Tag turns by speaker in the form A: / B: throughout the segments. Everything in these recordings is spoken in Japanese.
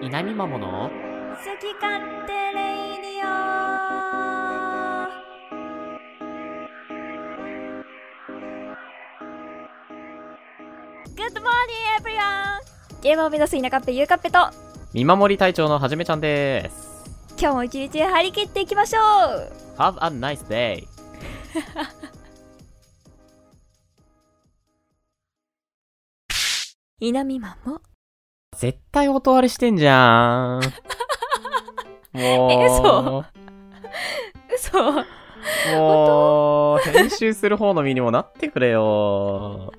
A: 稲見まもの
B: 好き勝手レイディオグッドモーニングエブリワンゲームを目指す田カッペゆうカッペと
A: 見守り隊長のはじめちゃんです
B: 今日も一日張り切っていきましょう
A: Have a nice day
B: 稲見まも
A: 絶対音割れしてんじ ゃんも
B: 嘘
A: うもう編集する方の身にもなってくれ よ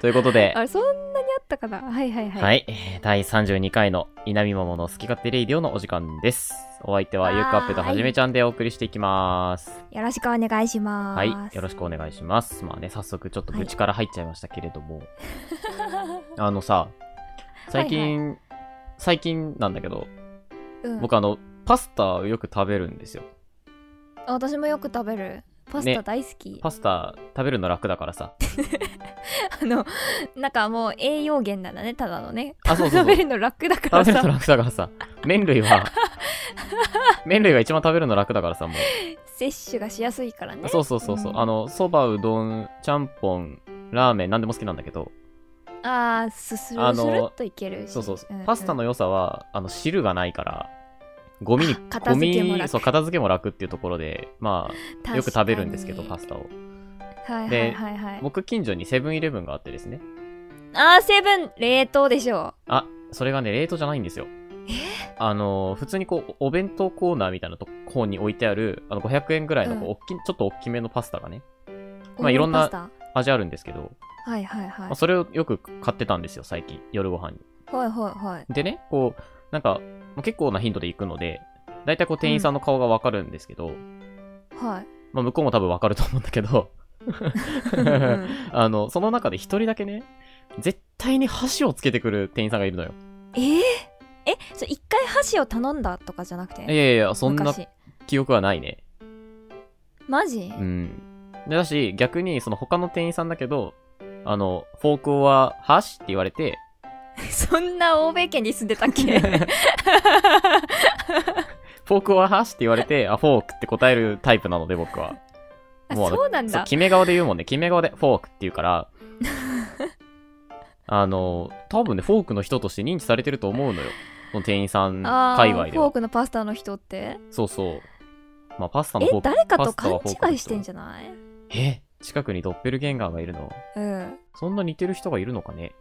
A: ということで
B: あれそんなにあったかなはいはいはい
A: はいい、えー第32回の稲見桃の好き勝手レイディオのお時間です。お相手はゆうかっぺとはじめちゃんでお送りしていきます。
B: よろしくお願いしま
A: はい、
B: す
A: よろ
B: し
A: しくお願いします。まあね、早速ちょっと愚痴から入っちゃいましたけれど も、あのさ、最近、最近なんだけど、
B: く、うん、
A: 僕あの、パスタをよく食べるんですよ。
B: あ私もよく食べるパスタ
A: ね
B: 大好き、
A: パスタ食べるの楽だからさ。
B: あのなんかもう栄養源なんだねただのね
A: あ、そうそう
B: 食
A: そう
B: べ。るの楽だから
A: 食べる
B: さ
A: の楽だからさ。麺類 は、麺類が一番食べるの楽だからさ、もう。
B: 摂取がしやすいからね
A: そうそうそうそう、
B: うん
A: あのそばうどんちゃんぽんラーメン何でも好きなんだけど
B: ああすする
A: あの
B: するっといけるし
A: そうそう、
B: んん
A: パスタの良さはあの汁がないからゴミに
B: あ片付けも楽
A: ゴミそう片付けも楽っていうところでまあよく食べるんですけどパスタを
B: タはいはいはいはい
A: 僕近所にセブンイレブンがあってですね
B: あーセブン冷凍でしょ
A: あそれがね冷凍じゃないんですよあの普通にこうお弁当コーナーみたいなとこに置いてあるあの500円ぐらいのこう、
B: うん
A: おっきちょっと大きめのパスタがね
B: う
A: まあいろんな
B: パスタ
A: 味あるんですけど、
B: はいはいはい
A: まあそれをよく買ってたんですよ最近夜ご飯に
B: はいはいはい
A: でね、こう、なんか、まあ結構な頻度で行くので、大体こう店員さんの顔がわかるんですけど、
B: はい
A: まあ向こうも多分わかると思うんだけど、
B: うん
A: あの、その中で一人だけね、絶対に箸をつけてくる店員さんがいるのよ。
B: えー、えそれ一回箸を頼んだとかじゃなくて
A: いやいや、そんな
B: 昔
A: 記憶はないね。
B: マジ、
A: うん。でだし、逆にその他の店員さんだけど、あの、フォークは箸って言われ て、
B: そんな欧米圏に住んでたっ け
A: フォークは箸って言われて、あ、フォークって答えるタイプなので僕は。
B: あ
A: もうあの
B: そうなん
A: そう
B: だ
A: 決め顔で言うもんね決め顔でフォークって言うから あの多分ねフォークの人として認知されてると思うのよその店員さん
B: あー
A: 界隈で
B: フォー
A: は
B: クのパスタの人って
A: そうそうまあパスタのフォ
B: え
A: ーク
B: 誰か
A: パ
B: と
A: スタ
B: 勘
A: はフォークの人
B: 違いしてんじゃない
A: え近くにドッペルゲンガーがいるの
B: うん
A: そんな似てる人がいるのかね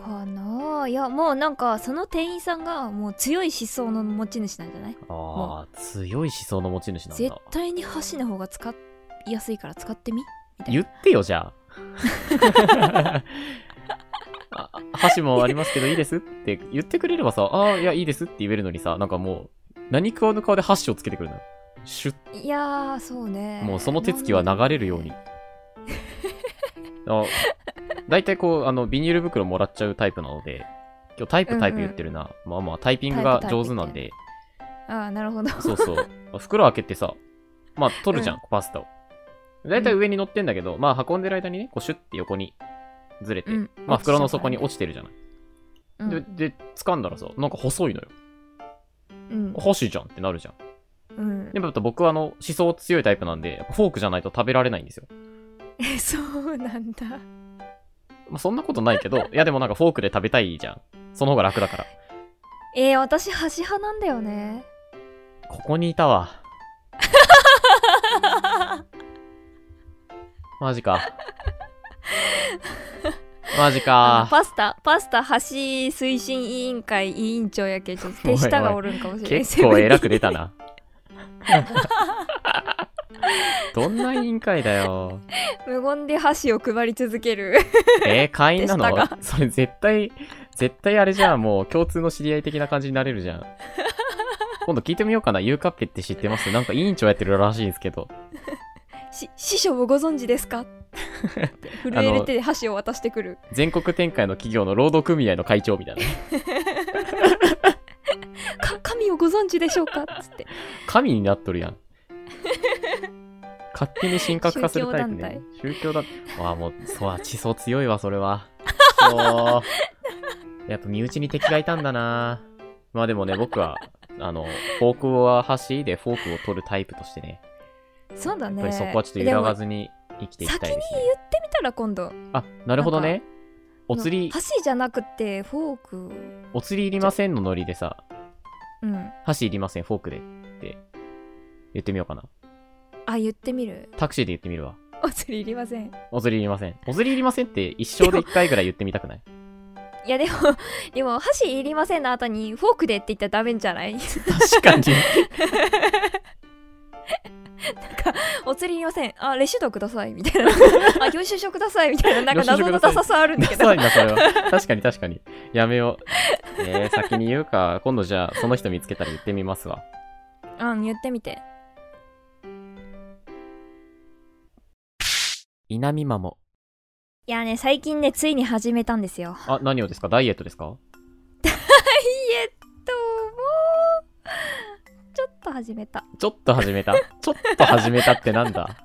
B: かなあいやもうなんかその店員さんがもう強い思想の持ち主なんじゃない
A: ああ強い思想の持ち主なん
B: 絶
A: だ
B: 対に箸の方が使いやすいから使ってみ対
A: 言ってよじゃ ああ箸もありますけどいいですって言ってくれればさ、ああ、いや、いいですって言えるのにさ、なんかもう、何食わぬ顔で箸をつけてくるのよ。シュッ、
B: いやーそうね
A: もうその手つきは流れるように。あだいたいこう、あの、ビニール袋もらっちゃうタイプなので、今日タイ
B: うんう
A: プ
B: ん
A: タイプ言ってるな。まあまあ、タイピングが上手なんで、
B: ああなる ほど
A: そうそう。袋開けてさ、まあ、取るじゃん、
B: う
A: パスタを。だいたい上に乗ってんだけど、まあ、運んでる間にね、こう、シュッて横にずれて、
B: うん
A: まあ、袋の底に落ちてるじゃない。
B: うん
A: で、で、掴んだらさ、なんか細いのよ。
B: うん
A: 箸じゃんってなるじゃん。
B: うん
A: でも、やっぱ僕はあの、思想強いタイプなんで、やっぱフォークじゃないと食べられないんですよ。
B: えそうなんだ
A: まあ、そんなことないけど、いや、でもなんかフォークで食べたいじゃん。その方が楽だから。
B: えー、私箸派なんだよね
A: ここにいたわ。マジか。マジ
B: あの
A: か。
B: パスタパスタ箸推進委員会委員長やけちょっと手下がおるんかもしれない
A: 結構偉く出たな。どんな委員会だよ。
B: 無言で箸を配り続ける
A: えー、会員な
B: 手下
A: のそれ絶対、絶対あれじゃん、もう共通の知り合い的な感じになれるじゃん。今度聞いてみようかな、ゆうかっぺって知ってますなんか委員長やってるらしいんですけど。
B: し師匠をご存知 ですかって震える手で箸を渡してくる
A: 全国展開の企業の労働組合の会長みたいな。
B: か神をご存知でしょうかつって
A: 神になっとるやん。勝手に神格化するタイプ
B: 宗教団
A: ね。宗教だ。わあ、もう、そう、思想強いわ、それは。そう。やっぱ身内に敵がいたんだなまあでもね、僕は、あの、フォークは箸でフォークを取るタイプとしてね、
B: そうだ
A: や
B: ね
A: っぱりそこはちょっと揺らがずに生きていきたい
B: 先
A: で
B: に
A: す
B: 言
A: ね。
B: ってみたら今度
A: あ、なるほどね。お釣り、
B: 箸じゃなくてフォーク
A: お釣りいりませんのノリでさ、
B: うん
A: 箸いりません、フォークでって言ってみようかな。
B: あ言ってみる
A: タクシーで言ってみるわ。
B: お釣りいりません
A: お釣りいりません。お釣りいりませんって一生で一回ぐらい言ってみたくない
B: いやでも でも箸いりませんの後にフォークでって言ったらダメんじゃない
A: 確かに。
B: お釣りいりませんあレシートくださいみた いなあ領収書くださいみたいななんか謎のダサさあるんだけ
A: ダサ
B: ど
A: いな、 それは。確かに確かに。やめよう。えー、先に言うか。今度じゃあ、その人見つけたら言ってみますわ。
B: うん言ってみて
A: 稲見マモ。
B: いやね最近ねついに始めたんですよ
A: あ、何をですかダイエットですか
B: ダイエットもちょっと始めた
A: ちょっと始めた。ちょっと始めたってなんだ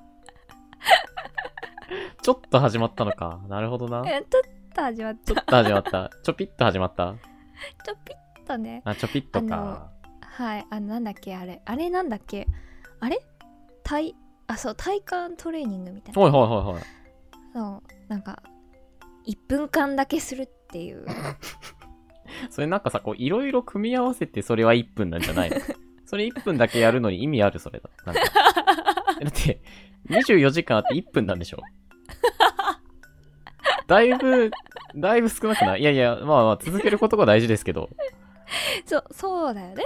A: ちょっと始まったのか。なるほどな。
B: えちょっと始まっ
A: ちょっと始まった。ちょぴっと始まった。
B: ちょぴっとね
A: あ、ちょぴっとか。
B: はいあのなんだっけあれあれなんだっけあれ体あそう体幹トレーニングみたいな
A: はいはいはいはい。
B: そうなんか1分間だけするっ ていう
A: それなんかさ、こう、いろいろ組み合わせてそれは1分なんじゃ ないのそれ1分だけやるのに意味あるそれだ。なんかだって、24時間あって1分なんでしょだいぶ、だいぶ少なくないいやいや、まあまあ、続けることが大事ですけど。
B: そうそうだよね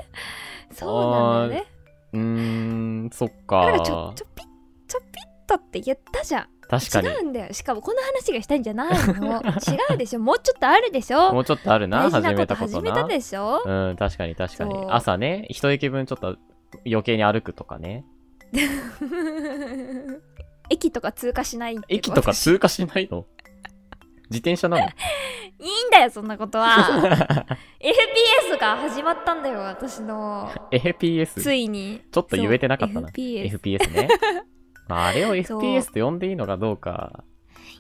B: そうなんだよね
A: うーん、そっ
B: だからちょ
A: か
B: ち。ょぴちょぴっとって言ったじゃん
A: 確かに
B: 違。うんだよしかもこの話がしたいんじゃない の違うでしょもうちょっとあるでしょ
A: もうちょっとあるな、
B: 大事
A: 始
B: な
A: め
B: こ
A: た
B: と
A: こ
B: 始
A: と
B: め
A: な。
B: たでしょ
A: うん、確かに確かに
B: そう。
A: 朝ね、一駅分ちょっと余計に歩くとかね。
B: 駅とか通過しないって
A: 駅とか
B: 私
A: 通過しないの自転車な の
B: いいんだよそんなことは FPS が始まったんだよ私 の
A: FPS
B: ついに
A: ちょっと言えてなかったな
B: そう FPS
A: FPS ねまああれを
B: そう
A: FPS と呼んでいいのかどうか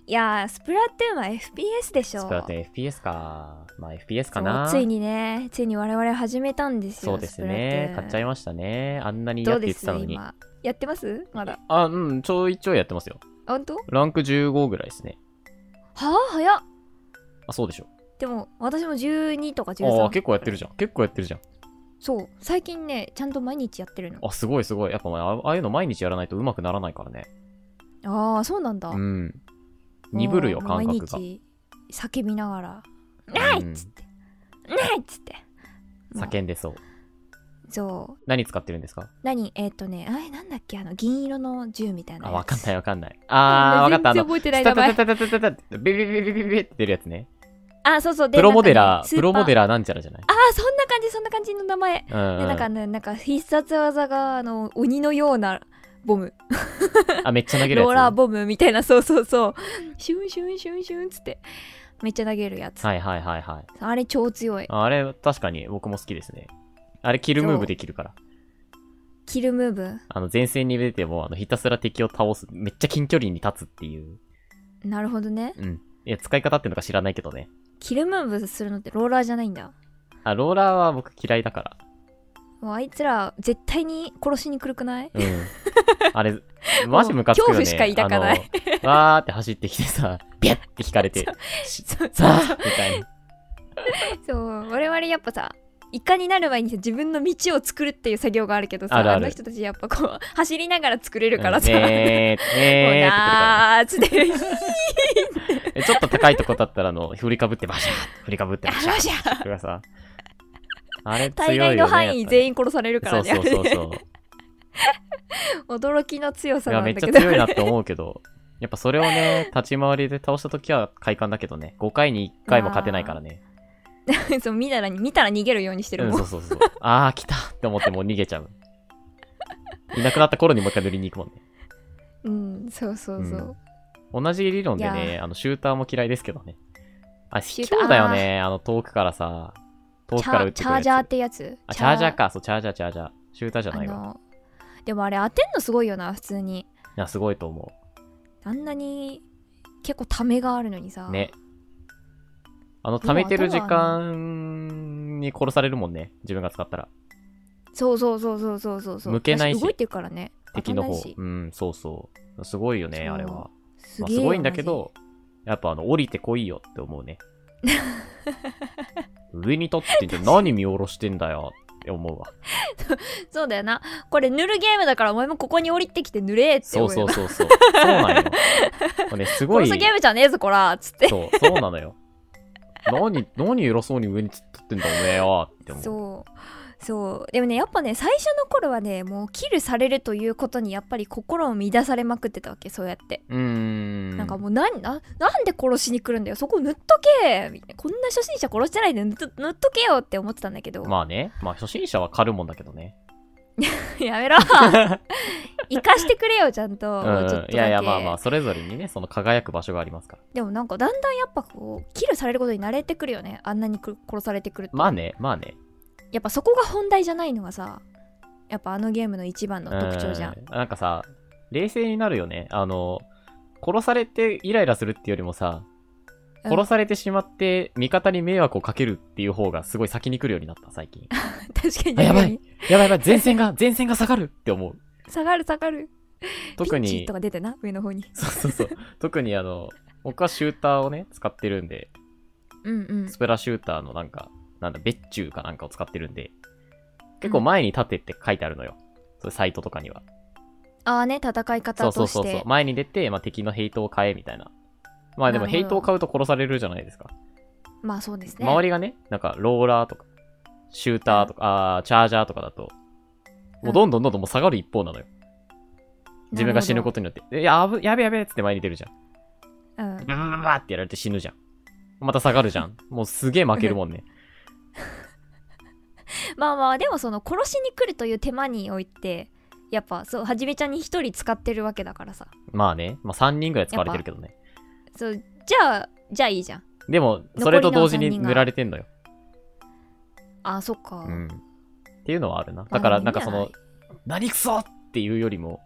B: いやースプラトゥーンは FPS でしょ
A: スプラトゥーン FPS かまあ FPS かな
B: そうついにねついに我々始めたんですよ
A: そうですね買っちゃい
B: ま
A: ましたねあんなに
B: ど
A: やっ
B: う
A: て言
B: で
A: って
B: す
A: たのに
B: 今やってますまだ
A: あうんちょいちょいやってますよ
B: あ本当は
A: ランク15ぐらいですね
B: あ早っ
A: あそうでしょ
B: でも私も12とか13
A: ああ結構やってるじゃん結構やってるじゃん
B: そう最近ねちゃんと毎日やってるの
A: あすごいすごいやっぱまああああいうの毎日やらないとうまくならないからね
B: ああそうなんだ
A: うん鈍るよ
B: もう
A: 感覚が
B: 毎日叫びながら「ない!」っつって「ない!」っつってもう
A: 叫んでそう
B: そう
A: 何使ってるんですか
B: 何えっ、とねあれなんだっけあの銀色の銃みたいな
A: あ
B: やつ
A: わ かんないわかんないあーわかったあ
B: 全然
A: の
B: 覚えてない名
A: タ
B: 前
A: タタタタタタタビビビビビビって出るやつね
B: あそうそうで
A: プロモデラ
B: なんかね
A: ー
B: スー
A: プロモデ
B: ラ
A: ラーなんちゃらじゃない
B: あーそんな感じそんな感じの名前で
A: うんうん
B: なんかねなんか必殺技があの鬼のようなボム
A: あめっちゃ投げるやつ
B: ローラーボムみたいなそうそうそうシュンシュンシュンシュンっつってめっちゃ投げるやつ、
A: はいはいはいはい
B: あれ超強い
A: あれ確かに僕も好きですねあれキルムーブできるから
B: キルムーブ
A: あの前線に出てもあのひたすら敵を倒すめっちゃ近距離に立つっていう
B: なるほどね
A: うんいや使い方っていうのか知らないけどね
B: キルムーブするのってローラーじゃないんだ
A: あローラーは僕嫌いだから
B: もうあいつら絶対に殺しに来るくない
A: うんあれマジムカつくよ
B: もう
A: ね
B: 恐怖しか抱かない
A: あのわーって走ってきてさビャッて引かれてし
B: そう
A: さあみたいな
B: そう我々やっぱさイカになる前にさ自分の道を作るっていう作業があるけどさ
A: あるある
B: の人たちやっぱこう走りながら作れるからさ、
A: うんねー
B: もう
A: ねーって来るから
B: なーっつって 「
A: えちょっと高いとこだったらあの、振りかぶってバシャーって振りかぶってバシャー
B: あ
A: って
B: じゃあ
A: ください。あれ強いよ、
B: 大概
A: ね。
B: の範囲全
A: 員
B: 員殺されるからね
A: そうそうそうそう。
B: 驚きの強さ
A: い
B: な
A: や、
B: ん
A: め
B: だ
A: っちゃ
B: けど
A: 強いなって思うけど、やっぱそれを ね、立ち回りで倒した時は快感だけどね、5回に1回も勝てないからね。
B: そう見たら見たら逃げるようにしてる
A: うん、
B: も
A: そ
B: ん、
A: うそうそう。あー、来たって思ってもう逃げちゃう。いなくなった頃にもう一回塗りに行くもんね。
B: うんそうそうそう、
A: うん同じ理論で
B: い
A: ね、あの、シューターも嫌いですけどね。あ、卑
B: シューター
A: 怯だよね、あの、遠くからさ、遠く
B: チ
A: から撃っ
B: ャ
A: て
B: チ
A: く
B: ャ
A: る
B: ージャー
A: や
B: っ
A: つ。
B: てやつ
A: あ、チャージャーか、そう、チャージャー、チャージャー。シューターじゃ
B: あ
A: ないわ。
B: のでもあれ当てんのすごいよな普通に
A: いや、すごいと思
B: あんなに結構ためがあるのにさ
A: う。ね。あの、溜めてる時間に殺されるもんね。自分が使ったら。
B: そうそうそうそうそうそうそう
A: 向けないし
B: 私動いてるからね
A: 敵の
B: 当
A: 方
B: たんない。し
A: うん、そうそう。すごいよね、
B: そう
A: あれは。
B: す
A: まあ、
B: げえ
A: す
B: よ
A: ごいんだけど、やっぱあの、降りてこいよって思うね。上に立ってんじゃん何見下ろしてんだよって思 うわ。
B: マジそうだよなこれ塗るゲームだからお前もここに降りてきて塗れって
A: そ
B: 思
A: う
B: うよ
A: そうそうそ う。そうなんよ。もうね、すごい
B: 殺す。ゲームじゃねえぞこらつって
A: そう、そうなのよ。何、何偉そうに上に立ってんだおめえよって思う。
B: そうそうでもねやっぱね最初の頃はねもうキルされるということにやっぱり心を乱されまくってたわけそうやって、
A: うーん。
B: なんかもうなんななんで殺しに来るんだよそこ塗っとけみたいなこんな初心者殺してないで塗っと塗っとけよって思ってたんだけど、
A: まあね、まあ初心者は狩るもんだけどね。
B: や めろ生かしてくれよちゃんと,、
A: う
B: ちょっとだ
A: ん。
B: け
A: いやいや、まあまあ、それぞれにね、その輝く場所がありますから。
B: でもなんかだんだんやっぱこうキルされることに慣れてくるよねあんなにく殺されてくると
A: まあね、まあね。
B: やっぱそこが本題じゃないのがさやっぱあのゲームの一番の特徴じゃん
A: うんなんかさ、冷静になるよね。あの、殺されてイライラするってよりもさ、
B: うん
A: 殺されてしまって味方に迷惑をかけるっていう方がすごい先に来るようになった、最近。
B: 確かに
A: あやばいやばいやばい、前線 が、前線が下がるって思う。
B: 下がる下がる
A: 特
B: ピンチ
A: に
B: と、か出てな上の方に
A: そうそうそう。特にあの、僕はシューターをね、使ってるんで、
B: うんうん
A: スプラシューターのなんか、なんだ、別注かなんかを使ってるんで、結構前に立てって書いてあるのよ。そういうサイトとかには。
B: ああね戦い
A: そ
B: 方
A: うそ
B: と
A: う
B: し
A: そうそう
B: て。
A: 前に出て、まあ、敵のヘイトを買えみたいな。まあでも
B: なる
A: ヘ
B: ほど
A: イトを買うと殺されるじゃないですか。
B: まあそうですね
A: 周りがね、なんかローラーとか、シューターとか、あーチャージャーとかだと、もうどんどんどんどんもう下がる一方なのよ。自分が死ぬこととによって。え、やぶやべやべっつって前に出るじゃん。
B: うん
A: ブブブブブってやられて死ぬじゃん。また下がるじゃ ん。もうすげえ負けるもんね。
B: まあまあでもその殺しに来るという手間においてやっぱそうはじめちゃんに一人使ってるわけだからさ
A: まあね、まあ3人ぐらい使われてるけどね。
B: そうじゃあじゃあいいじゃん
A: でも、それと同時に塗られてんのよ。
B: あーそっか、
A: うん。っていうのはあるな。だから、
B: まあ
A: なんかそ
B: いい
A: の
B: んじ、
A: 何くそっていうよりも、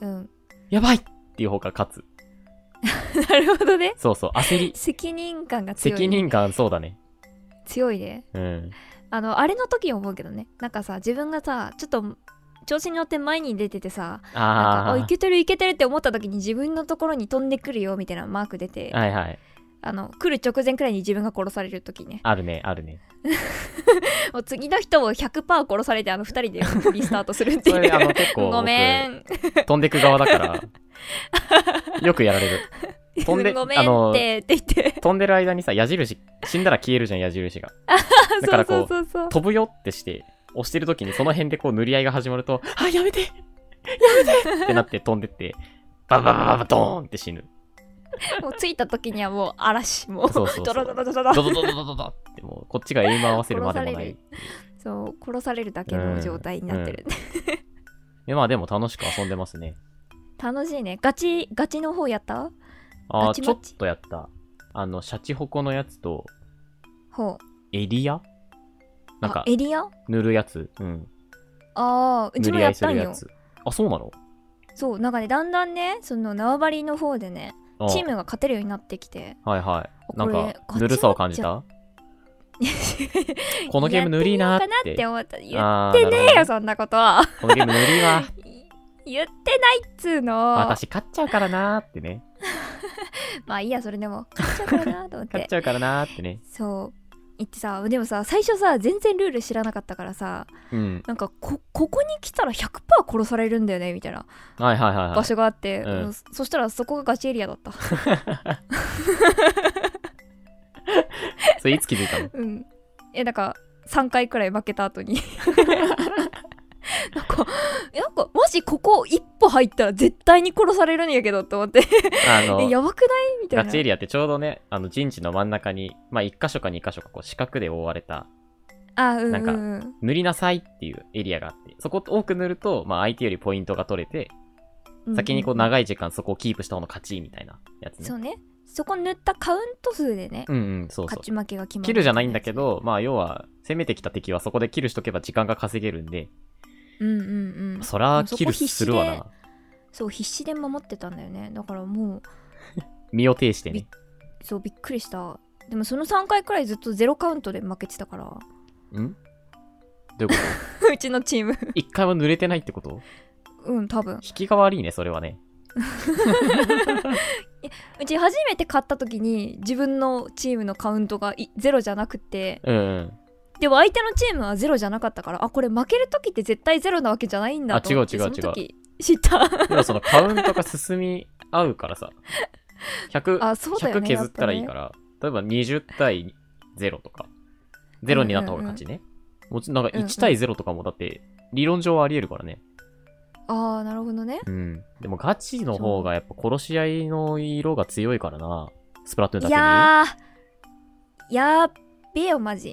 B: うん、
A: やばいっていう方が勝つ。
B: なるほどね
A: そうそう、焦 り。
B: 責任感が強い
A: 責任感、そうだね。
B: 強いね
A: うん。
B: あのあれの時に思うけどねなんかさ自分がさちょっと調子に乗って前に出ててさなんか
A: あ
B: あ
A: あ。
B: いけてるいけてるって思った時に自分のところに飛んでくるよみたいなマーク出て
A: はいはい。
B: あの来る直前くらいに自分が殺される時ね
A: あるね、あるね。
B: もう次の人を100%殺されてあの2人でリスタートするってい
A: それ、あの、
B: う
A: 結構、
B: ごめん
A: 僕飛んでく側だから、よくやられる。飛んで、
B: ごめん
A: あ
B: っ
A: の、
B: てって言って
A: 飛んでる間にさ、矢印、死んだら消えるじゃん、矢印が。だから
B: そ
A: こ
B: う
A: う
B: そうそうそう
A: 飛ぶよってして、押してる時にその辺でこう、塗り合いが始まると、あ、やめてやめてってなって飛んでって、バババババドーンって死ぬ。
B: もう着いた時にはもう嵐もう
A: そうそうそう
B: ドロドロドロドロ
A: ドドドドドドドって、もう、こっちがエイム合わせるまでもない。
B: そう殺されるだけの状態になってる、
A: でまあでも楽しく遊んでますね。
B: 楽しいねガチガチの方やった
A: あ
B: ガ
A: あ、
B: チ
A: ちょ
B: マッ
A: っ
B: チ
A: とやった。あの、シャチホコのやつと、
B: ほう
A: エリアなんか
B: あ、エリア
A: 塗るやつ。うん。
B: ああうち
A: 塗
B: も
A: り
B: や
A: 合い
B: っ
A: す
B: た
A: る
B: ん
A: や
B: よ
A: つ。あ、そうなの
B: そうなんかねだんだんねその縄張りの方でね
A: ああ
B: チームが勝てるようになってきて
A: はいはい。なん
B: こ
A: か
B: れこっ、ち
A: ぬるさを感じた このゲームぬりーなーっ
B: やってみ
A: て。
B: ようかなって思った言っ
A: あー
B: てねえ
A: な
B: よ
A: る
B: そんなことは
A: ほどこのゲームぬりーわ。
B: 言ってないっつうの
A: 私勝っちゃうからなーってね。
B: まあいいやそれで も勝っちゃうからなと思っ
A: 勝ってちゃうからなーってね。
B: そう言ってさでもさ最初さ全然ルール知らなかったからさ
A: うん。
B: なんかこここに来たら100%殺されるんだよねみたいな
A: はいはいはいは
B: 場
A: い。
B: 所があって、
A: うん
B: うんそしたらそこがガチエリアだった
A: それいつ気づい たの
B: うん。え、なんか、3回くらい負けた後に。 なんか、えなんか、もしここ一歩入ったら絶対に殺されるんやけどと思って、
A: あ
B: え、
A: の、
B: やばくないみたいな。
A: ガチエリアってちょうどね、あの陣地の真ん中に、まあ一箇所か二箇所かこう四角で覆われた、
B: あ、うん、うん。
A: な塗りなさいっていうエリアがあって、そこ多く塗ると、まあ相手よりポイントが取れて、
B: うん
A: 先にこう長い時間そこをキープした方の勝ちみたいなやつね。
B: そうね。そこ塗ったカウント数でね、
A: うんうん、そうそう
B: 勝ち。負けが決まる。
A: キルじゃないんだけ。ど、まあ要は、攻めてきた敵はそこでキルしとけば時間が稼げるんで、
B: うんうんうん。
A: そらキルするわ
B: そ
A: な。
B: そう、必死で守ってたんだよね。だからもう、
A: 身を挺してね。
B: そう、びっくりした。でもその3回くらいずっとゼロカウントで負けてたから、
A: んどういうこと
B: うちのチーム
A: 一回も濡れてないってこと
B: うん多分
A: 引きが悪いね、それはね。
B: うち初めて買った時に自分のチームのカウントがいゼロじゃなくて
A: うんうん。
B: でも相手のチームはゼロじゃなかったからあこれ負ける時って絶対ゼロなわけじゃないんだと思って
A: あ違う違う
B: その時知った
A: でもそのカウントが進み合うからさ。100、
B: あそうだよ
A: 100
B: ね
A: 削ったらいいからら、例えば20対0とか、0になった方が勝ちね。もちろんなんか1対0とかもだって、理論上はあり得るからね。
B: ああなるほどね
A: うん。でもガチの方がやっぱ殺し合いの色が強いからな。スプラトゥーン
B: い
A: だけに。
B: やーやっべえよマジ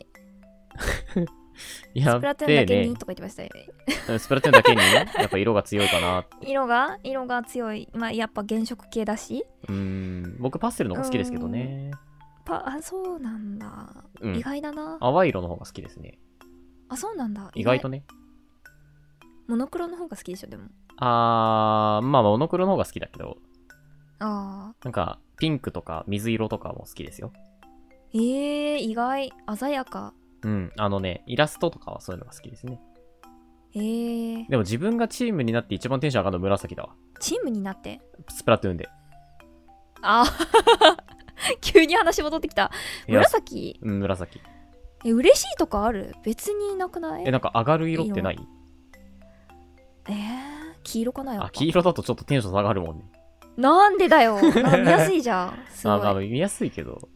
A: い
B: ス
A: や
B: プラトゥ
A: べ
B: ーン
A: え
B: だけ
A: ね
B: に。とか言ってましたよね
A: うんスプラトゥーンだけにね、やっぱ色が強いかな。
B: 色が色が強いまあやっぱ原色系だし
A: うーん。僕パステルの方が好きですけどね。
B: パあそうなんだ、
A: うん
B: 意外だなあ
A: 淡い色の方が好きですね。
B: そうなんだ
A: 意外とね。
B: モノクロの方が好きでしょでも
A: あー、まあモノクロの方が好きだけど、
B: あ
A: なんかピンクとか水色とかも好きですよ。
B: ーえー、意外鮮やか
A: うん。あのね、イラストとかはそういうのが好きですね。
B: えー、
A: でも自分がチームになって一番テンション上がるの紫だわ。
B: チームになって
A: スプラトゥーンで。
B: あー 急に話戻ってきた
A: いや、
B: 紫
A: うん、紫。
B: え嬉しいとかある別になくない
A: え、なんか上がる色ってない
B: えー、黄色かなやっぱ
A: あ、黄色だとちょっとテンション下がるもんね。
B: なんでだよあ見やすいじ ゃんすご
A: あまあ、
B: い
A: 見やすいけど、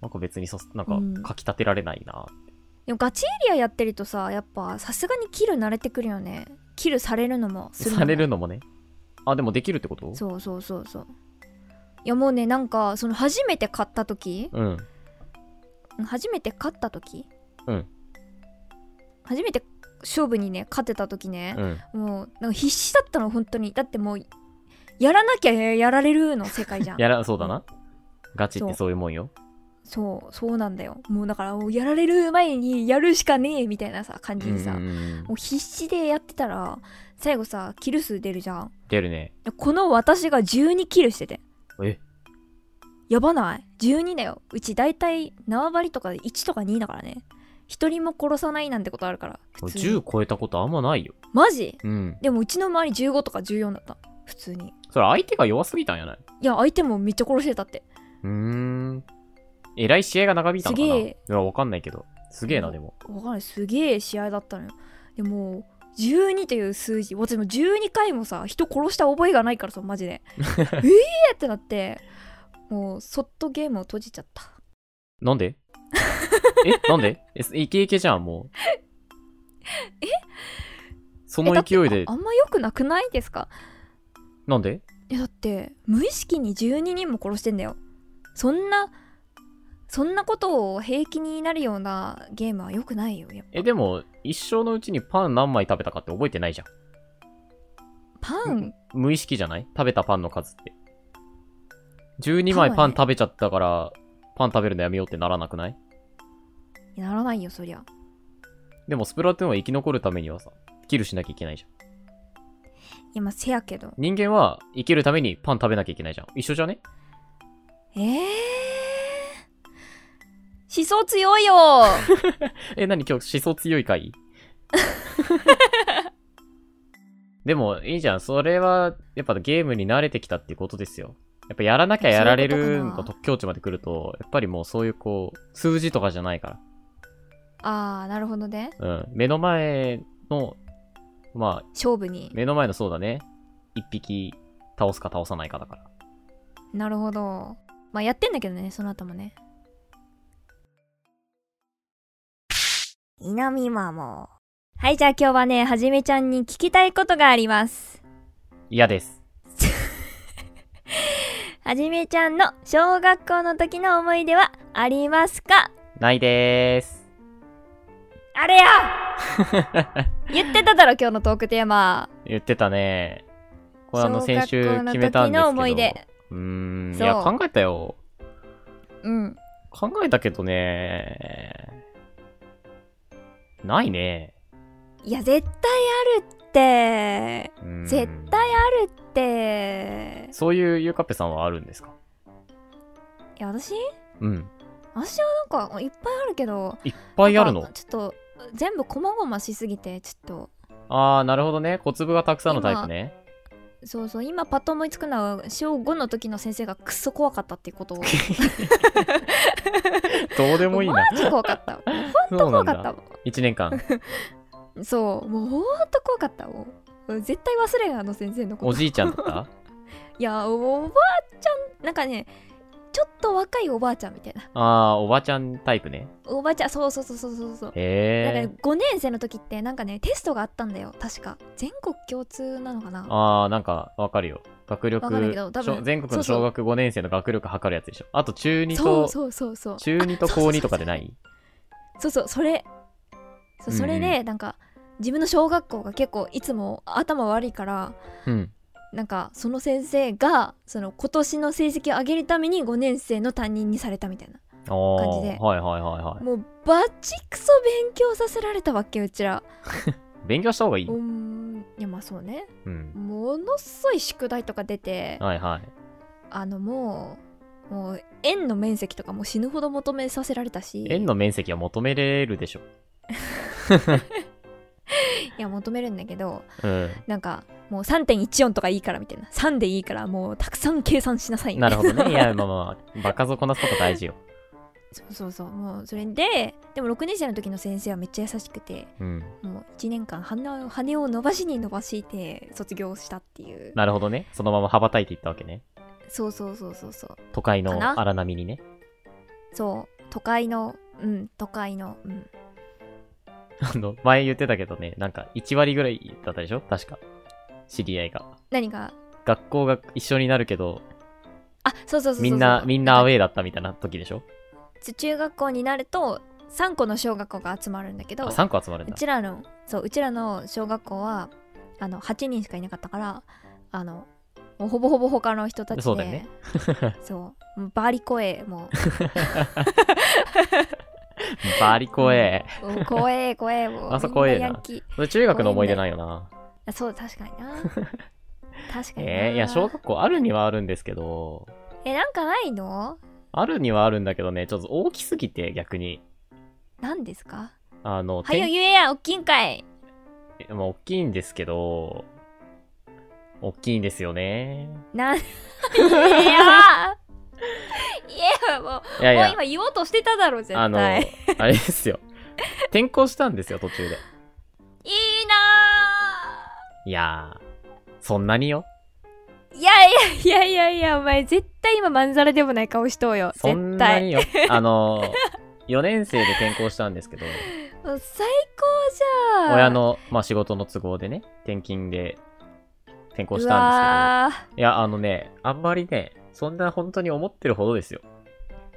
A: なんか別にそ、なん
B: う
A: か
B: ん
A: かき立てられないな。
B: でもガチエリアやってるとさやっぱさすがにキル慣れてくるよねキルされるのもするのも
A: されるのもね。あ、でもできるってこと
B: そうそうそうそういやもうねなんかその初めて買った時
A: うん。
B: 初めて勝った時
A: うん
B: 初めて勝負にね勝てた時ね
A: う、ん。
B: もうなんか必死だったの本当にだってもうやらなきゃやられるの世界じゃん
A: やら、そうだな。ガチってそういうもんよ。
B: そうそうなんだよもうだからもうやられる前にやるしかねえみたいなさ感じにさ、
A: うんうんうん
B: もう必死でやってたら最後さキル数出るじゃん
A: 出るね。
B: この私が12キルしてて
A: え、
B: やばない ?12 だよ。うち大体縄張りとかで1とか2だからね。一人も殺さないなんてことあるから。普通に
A: 10超えたことあんまないよ。
B: マジ
A: うん。
B: でもうちの周り15とか14だった。普通に。
A: それ相手が弱すぎたんやない
B: いや、相手もめっちゃ殺してたって。
A: うーん。えらい試合が長引いたのかな
B: す
A: い
B: げえ
A: や、わかんないけど。すげえな、でも。
B: わかんない。すげえ試合だったのよ。でも、12という数字。私も12回もさ、人殺した覚えがないからさ、マ ジで。えーってなって、もう、そっとゲームを閉じちゃった。
A: なん でえ、なんでえ、イケイケじゃん、もう。えその勢い
B: えだっ
A: で
B: てあ、あんま良くなくないですか
A: なんで
B: えだって無意識に12人も殺してんだよそんなそんなことを平気になるようなゲームは良くないよやっぱ
A: え、でも、一生のうちにパン何枚食べたかって覚えてないじゃん。
B: パン
A: 無意識じゃない食べたパンの数って。12
B: パンは
A: 枚
B: ね
A: パン食べちゃったから、パン食べるのやめようってならなくない
B: にならないよそりゃ
A: でも、スプラトゥーンは生き残るためにはさ、キルしなきゃいけないじゃん。
B: いやまあせやけど
A: 人間は生きるためにパン食べなきゃいけないじゃん。一緒じゃね
B: えー、思想強い よ
A: え、何今日思想強い回でも、いいじゃん。それは、やっぱゲームに慣れてきたっていうことですよ。やっぱやらなきゃやられ
B: そういう
A: るの
B: ことか
A: が
B: な
A: 特境地まで来ると、やっぱりもうそういうこう、数字とかじゃないか
B: あーなるほどね
A: ら。うん。目の前の、まあ、
B: 勝負に
A: 目の前のそうだね。一匹倒すか倒さないかだから。
B: なるほどまあやってんだけどねその後もね稲見マもはいじゃあ今日はねはじめちゃんに聞きたいことがあります
A: 嫌です。
B: はじめちゃんの小学校の時の思い出はありますか
A: ないでーす。
B: あれや 言ってただろ今日のトークテーマ
A: 言ってたね。これあの、
B: 小学校
A: 先週決めたんですけ
B: の時の
A: ど。
B: 思い出
A: うーん。い
B: そう
A: や、考えたよ。
B: うん
A: 考えたけどね。ないね。
B: いや絶対あるって
A: うん
B: 絶対あるって
A: そういうゆうかっぺさんはあるんですか
B: いや私
A: うん。
B: 私はなんかいっぱいあるけど
A: いっぱいあるの
B: なんかちょっと全部こまごましすぎてちょっ
A: あー、なるほどね。小粒がたくさんのタイプね。
B: とそうそう今パッと思いつくのは小5の時の先生がクソ怖かったってい うことを
A: どうでもいいな。
B: マジ怖かった本当
A: そうな
B: 怖
A: ん
B: かった
A: だ。
B: も
A: 1年間。
B: んそうもうほんと怖かったもう絶対忘れんあの先生のこ
A: お
B: と
A: じいちゃんだった
B: いやおばあちゃんなんかねちょっと若いおばあちゃんみたいな
A: あー、おばちゃんタイプね。
B: おばあちゃんそうそうそうそうそうそうだから
A: へえ。
B: 5年生の時ってなんかねテストがあったんだよ確か全国共通なのかな
A: あー、なんか、わかるよ。学力
B: わかるけど多分
A: 小全国
B: そう
A: の
B: そう
A: 小学5年生の学力測るやつでしょ。あと、中2
B: そう
A: と、
B: そうそうそう
A: 中2と
B: あそ
A: 高
B: うそうそう
A: 2とかでない
B: そうそうそれそうそれ
A: うん
B: でなんか、自分の小学校が結構いつも頭悪いから
A: うん。
B: なんかその先生がその今年の成績を上げるために5年生の担任にされたみたいな
A: あー
B: 感じで
A: はいはいはいは
B: もうバチクソ勉強させられたわけうちら。
A: い。勉強した方がいいう
B: んいやまあそうね
A: うん。
B: ものすごい宿題とか出て
A: はいはい。
B: あのもうもう円の面積とかもう死ぬほど求めさせられたし
A: 円の面積は求めれるでしょ。
B: いや求めるんだけど
A: うん。
B: なんかもう3.14とかいいからみたいな3でいいからもうたくさん計算しなさいみた
A: ないるほどね。いや、まあまあ、バカぞこなすこと大事よ。
B: そうそうそうもうそれででも6年生の時の先生はめっちゃ優しくて
A: うん。
B: もう1年間羽を羽を伸ばしに伸ばして卒業したっていう
A: なるほどね。そのまま羽ばたいていったわけね。
B: そうそうそうそうそう
A: 都会
B: か
A: の
B: な
A: 荒波にね。
B: そう都会のうん都会のうん
A: あの、前言ってたけどね、なんか1割ぐらいだったでしょ確か。知り合いが。
B: 何か
A: 学校が一緒になるけど、
B: あそうそうそうそうそう
A: みんな、みんなアウ
B: ェ
A: ェイだったみたいな時でしょ
B: 中学校になると3個の小学校が集まるんだけ
A: あ、
B: ど
A: 3個集まるん
B: う
A: だ。
B: ちらのそううちらの小学校はあの8人しかいなかったからあのもうほぼほぼ他の人たちで
A: そうだよね
B: そうもうバリ声も
A: バリ怖 え。
B: うもう怖 え怖えもう
A: あそう怖えな
B: みんヤンキー
A: それ中学の思い出ないよな。
B: あそう確かに な確かにな
A: えー、いや、小学校あるにはあるんですけど、
B: えなんかないの
A: あるにはあるんだけどね、ちょっと大きすぎて逆に。
B: 何ですか
A: あの、
B: は
A: て
B: よ
A: ん
B: 言えやおっきいんかい
A: えまあ、大きいんですけど、大きいんですよね。
B: なん言えや言えよも
A: いや
B: う
A: い
B: もう
A: や、
B: 今言おうとしてただろ絶対
A: あの、あれですよ。転校したんですよ、途中で。
B: いいなぁ
A: いやー、そんなによ。
B: いやいやいやいやいや、お前絶対今まんざらでもない顔しとうよ。
A: そんな
B: 絶対。
A: によ。あの、4年生で転校したんですけど、
B: もう最高じゃん。
A: 親の、まあ、仕事の都合でね、転勤で転校したんで
B: んです
A: すけど、いや、あのね、あんまりね、そんな本当に思ってるほどですよ。
B: け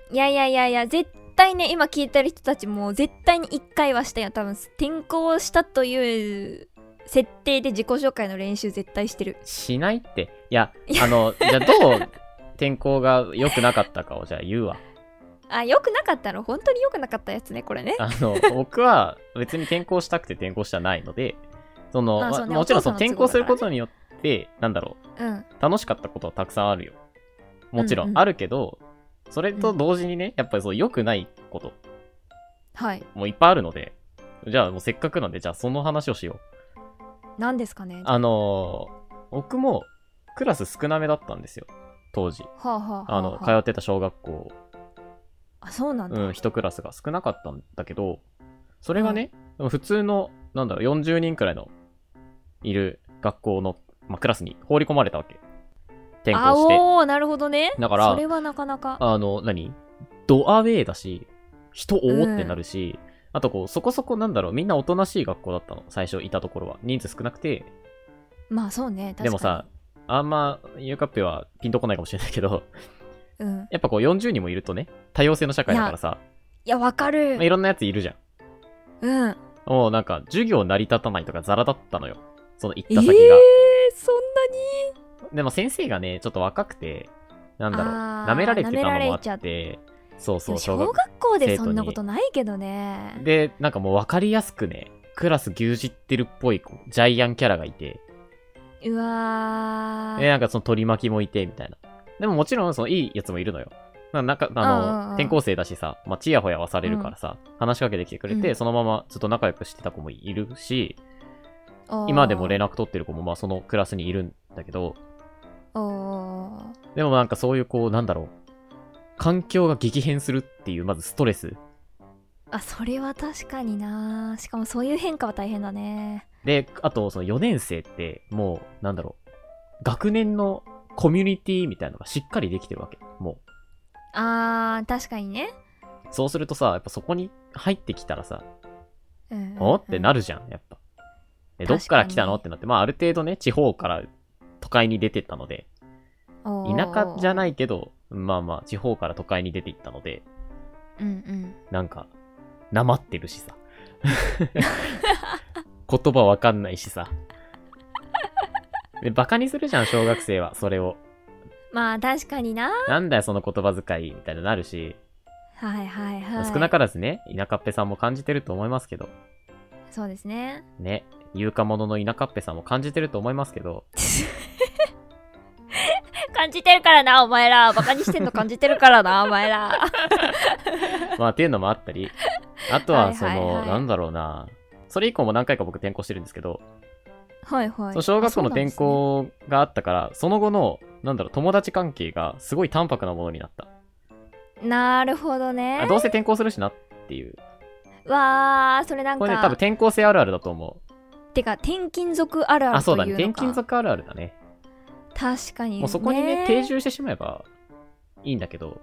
B: ど。いやいやいやいや、絶対ね、今聞いてる人たちも絶対に一回はしたよ。多分、転校したという設定で自己紹介の練習絶対してる。
A: しないって。いや、あの、じゃあどう天候が良くなかったかをじゃあ言うわ。
B: あ、良くなかったの本当に良くなかったやつね、これね。
A: あの、僕は別に転校したくて転校してはないので、その、
B: あそうね
A: まあもちろんその
B: お父
A: 転
B: さんの都合
A: 校
B: だ
A: す
B: からね
A: ることによって、なんだろ
B: うん。
A: う、楽しかったことはたくさんあるよ。もちろ
B: うんうんん
A: あるけど、それと同時にね、やっぱりそう良くないこと
B: はい。
A: もいっぱいあるので、じゃあもうせっかくなんで、じゃあその話をしよう。
B: 何ですかね。は
A: あのー僕もクラス少なめだったんですよ、当時。
B: あ、はあはあ、
A: あの、通
B: はあ
A: ってた小学校
B: あ、そうなんだ。
A: うん、一クラスが少なかったんだけど、それがね、でも普通の、なんだろう、40人くらいの、いる学校の、まあ、クラスに放り込まれたわけ。転
B: あ、
A: 校して。
B: おー、なるほどね。
A: だから
B: それはなかなか。
A: あの、何ドアウェイだし、人多ってなるし、あとこう、そこそこなんだろう、みんなおとなしい学校だったの、最初いたところは。人数少なくて、
B: まあそうね。確かに
A: でもさ、、あんま、ゆうかっぺはピンとこないかもしれないけど、
B: うん。
A: やっぱこう40人もいるとね、多様性の社会だからさ、
B: いや、わかる。
A: まあいろんなやついるじゃん。
B: うん。
A: もうなんか、授業成り立たないとかザラだったのよ。その行
B: え
A: った先が。
B: ーそん
A: でも先生がね、ちょっと若くて、なんだろう、
B: あー
A: 舐められてたのもあ
B: 舐められちゃ
A: っ、
B: って
A: そう
B: な
A: そう、
B: に
A: 小
B: 小
A: 学
B: 学校でそんなことないけどね。
A: で、なんかもう分かりやすくね、クラス牛耳ってるっぽいこうジャイアンキャラがいて、
B: うわ
A: で、
B: ー。
A: なんかその取り巻きもいて、みたいな。でももちろん、そのいいやつもいるのよ。ななんか、
B: うんうん
A: あ
B: うん
A: の、転校生だしさ、まあ、ちやほやはされるからさ、話しかけてきてくれて、
B: うん
A: そのままずっと仲良くしてた子もいるし、
B: あー
A: 今でも連絡取ってる子も、まあ、そのクラスにいるんだけど、
B: あー
A: でもなんかそういう、こう、なんだろう、環境が激変するっていう、まずストレス。
B: あそれは確かになしかもそういう変化は大変だね
A: で、あと、その4年生って、もう、なんだろう、学年のコミュニティみたいなのがしっかりできてるわけ。もう、
B: あー確かにね
A: そうするとさ、やっぱそこに入ってきたらさ、
B: うん
A: おってな
B: る
A: るじゃん、やっぱ。で
B: 確か
A: ど
B: に
A: っから来たのってなって、まあある程度ね、地方から都会に出てったので、田舎じゃ
B: い
A: ないけど、まあまあ地方から都会に出ていったので、
B: うんうん
A: なんか、なまってるし さ。言葉わかんないしさ。で、バカにするじゃん、小学生は、それを。
B: まあ確かにな
A: なんだよ、その言葉遣い、みたいになるし、
B: はいはいはい
A: 少なからずね、田舎っぺさんも感じてると思いますけど、
B: そうですね
A: ね、有価者の田舎っぺさんも感じてると思いますけど、
B: 感じてるからなお前らバカにしてんの感じてるか らなお前ら
A: まあっていうのもあった り、あとはその、
B: はいはいはい
A: なんだろうな、それ以降も何回か僕転校してるんですけど、
B: はいはい
A: その小学校の転校があったから、その後の、なんだろう、友達関係がすごい淡白なものになった。
B: あそうなんですねなるほどね
A: あどうせ転校するしなっていう。
B: わーそれなん
A: こ
B: か
A: れね、多分転校生あるあるだと思う。
B: てか転勤族あるあ
A: あ、
B: ると
A: そ
B: いうう
A: だ
B: のか
A: ね。転勤族あるあるだね。
B: 確かにね
A: もうそこにね、定住してしまえばいいんだけど、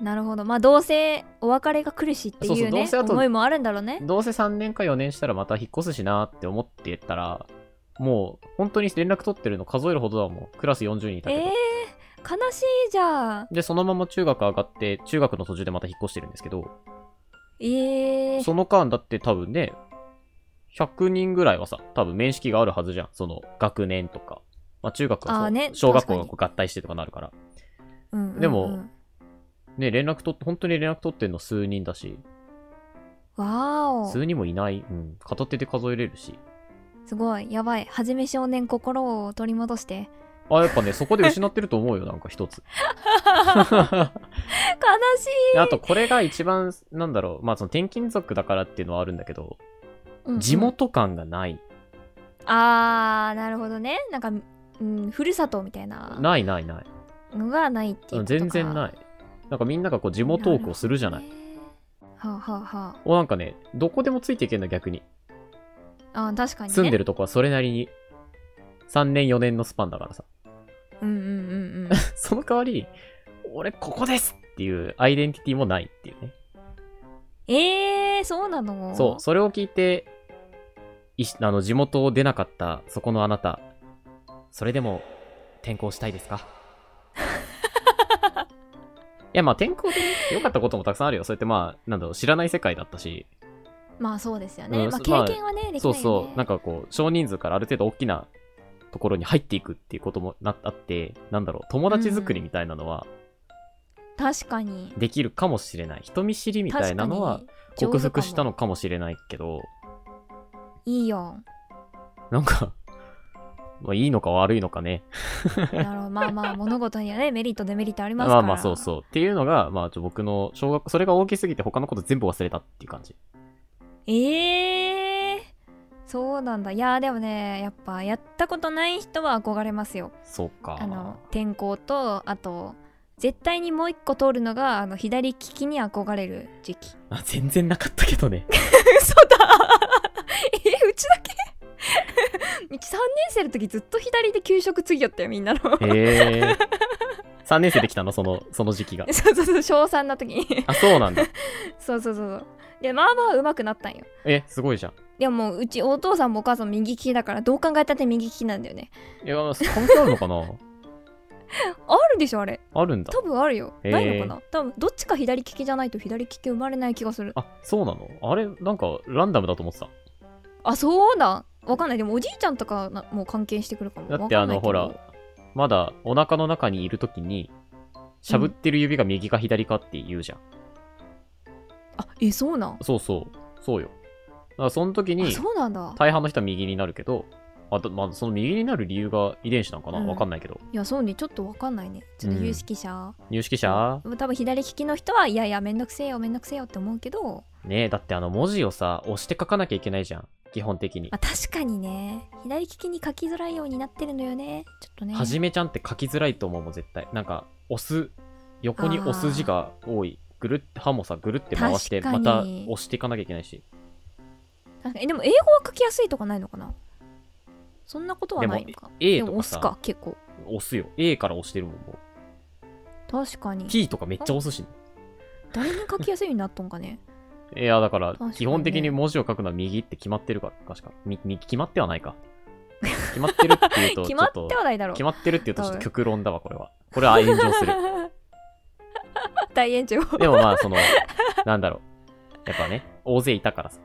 B: なるほどまあどうせお別れが来るしっていうね
A: そうそうどうせあと
B: 思いもあるんだろうね
A: どうせ3年か4年したらまた引っ越すしなって思ってたら、もう本当に連絡取ってるの数えるほどだもん。クラス40人いた
B: え
A: けど。
B: ー、悲しいじゃん
A: で、そのまま中学上がって、中学の途中でまた引っ越してるんですけど、
B: えー、
A: その間だって多分ね、100人ぐらいはさ、多分面識があるはずじゃん。その学年とか。まあ中学は
B: あ
A: そ
B: ー
A: う、
B: ね
A: 小学校が
B: 確
A: こう合体してとかなるから。
B: うんうんうん
A: でもね、連絡取って、本当に連絡取ってんの数人だし、
B: わー
A: 数人もいない、うん、片手で数えれるし。
B: おすごいやばいはじめ少年心を取り戻して
A: あ、やっぱね、そこで失ってると 思うよ、なんか一つ。
B: 悲しい、
A: であと、これが一番、なんだろう、まあその転勤族だからっていうのはあるんだけど、
B: うんうん
A: 地元感がない。
B: あーなるほどねなんか、うん、ふるさとみたいな
A: ないないない。
B: のがないっていうことか
A: 全然ないい。なんかみんながこう地元トークをするじゃない。
B: はあはあは
A: お、なんかね、どこでもついていけるの逆に。
B: ああー確かに、ね、
A: 住んでるとこはそれなりに、3年4年のスパンだからさ。
B: うんうんうんうん
A: その代わり、俺ここですっていうアイデンティティもないっていうね。
B: えー、そうなの
A: そう、それを聞いて、いしあの、地元を出なかった、そこのあなた、それでも、転校したいです かいや、まあ、転校でね良かったこともたくさんあるよ。そうやって、まあ、なんだろう、知らない世界だったし、
B: まあそうですよね、
A: うん
B: ま
A: そ
B: あ、
A: ま
B: 経
A: あ
B: 験はね、できないよね
A: そうそう、なんかこう、少人数からある程度大きなところに入っていくっていうこともなあって、なんだろう、友達作りみたいなのは
B: 確かに
A: できるかもしれない。人見知りみたいなのは
B: 確かに上手かも
A: 克服したのかもしれないけど、
B: いいよ
A: なんか、 まあ、いいのか悪いのかね。
B: なるほどまあまあ物事にはねメリットデメリットあり
A: ま
B: ま
A: あ
B: すか
A: ま
B: ら
A: あそうそう。っていうのが、まあちょ僕の小学、それが大きすぎて他のこと全部忘れたっていう感じ。
B: ええー、そうなんだいやーでもねやっぱやったことない人は憧れますよ
A: そうか。
B: あの転校とあと絶対にもう一個通るのがあの左利きに憧れる時期
A: あ全然なかったけど ね。
B: 嘘だ えうちだけ うち3年生の時ずっと左で給食つぎよったよみんなの。
A: へえ。3年生できたのその、その時期が
B: そうそうそう小3の時 に
A: あ、そうなんだ。
B: そうそうそうそうでまあまあ上手くなったんよ
A: え、すごいじゃん。
B: でももううちお父さんもお母さんも右利きだからどう考えたって右利きなんだよね
A: いや、関係あるのか な
B: あるでしょあれ
A: あるんだ
B: 多。分あるよ
A: へー
B: ないのかな多分どっちか左利きじゃないと左利き生まれない気がする
A: あ、そうなのあれ、なんか、ランダムだと思ってた。
B: あそうだわかんないでもおじいちゃんとかなもう関係してくるかも
A: だってあの、
B: わ
A: ほ
B: かんない
A: ら
B: けど、
A: まだお腹の中にいるときに、しゃぶってる指が右か左かって言うじゃん。
B: あえそうなん
A: そうそう。そうよ。だからその時
B: あ
A: に、
B: そうなんだ
A: 大半の人は右になるけど、あと、まあ、その右になる理由が遺伝子なんかな
B: うん
A: わかんないけど。
B: いやそうねちょっとわかんないねちょっと有識者、
A: 有識者
B: 多分左利きの人はいやいやめんどくせえよめんどくせえよって思うけど
A: ねえ、だってあの文字をさ、押して書かなきゃいけないじゃん。基本的に
B: まあ。確かにね左利きに書きづらいようになってるのよねちょっとね
A: はじめちゃんって書きづらいと思うもん、絶対。なんか、押す、横に押す字が多い。ぐるって、歯もさ、ぐるって回して、ま
B: 確
A: た
B: かに
A: 押していかなきゃいけないし。
B: なんかえでも英語は書きやすいとかないのかなそんなことはないのか
A: A
B: で
A: と
B: も
A: か
B: 押す
A: さ、
B: か結構
A: 押すよ。A から押してるもん、もう。
B: 確かに
A: T とかめっちゃ押すしね、
B: 誰に書きやすいようになったんかね
A: いや、だから
B: 確かに、ね
A: 基本的に文字を書くのは右って決まってるから、確か。み、み、決まってはないか。決まってるって いうと、ち
B: 決
A: ょ
B: ま
A: っ
B: っ
A: と
B: て、はないだろう
A: 決まってるっていうと、ちょっ
B: 多
A: と
B: 分
A: 極論だわ、これは。これは炎上す る。
B: 大炎上
A: でもまあ、その、なんだろう。やっぱね、大勢いたからさ。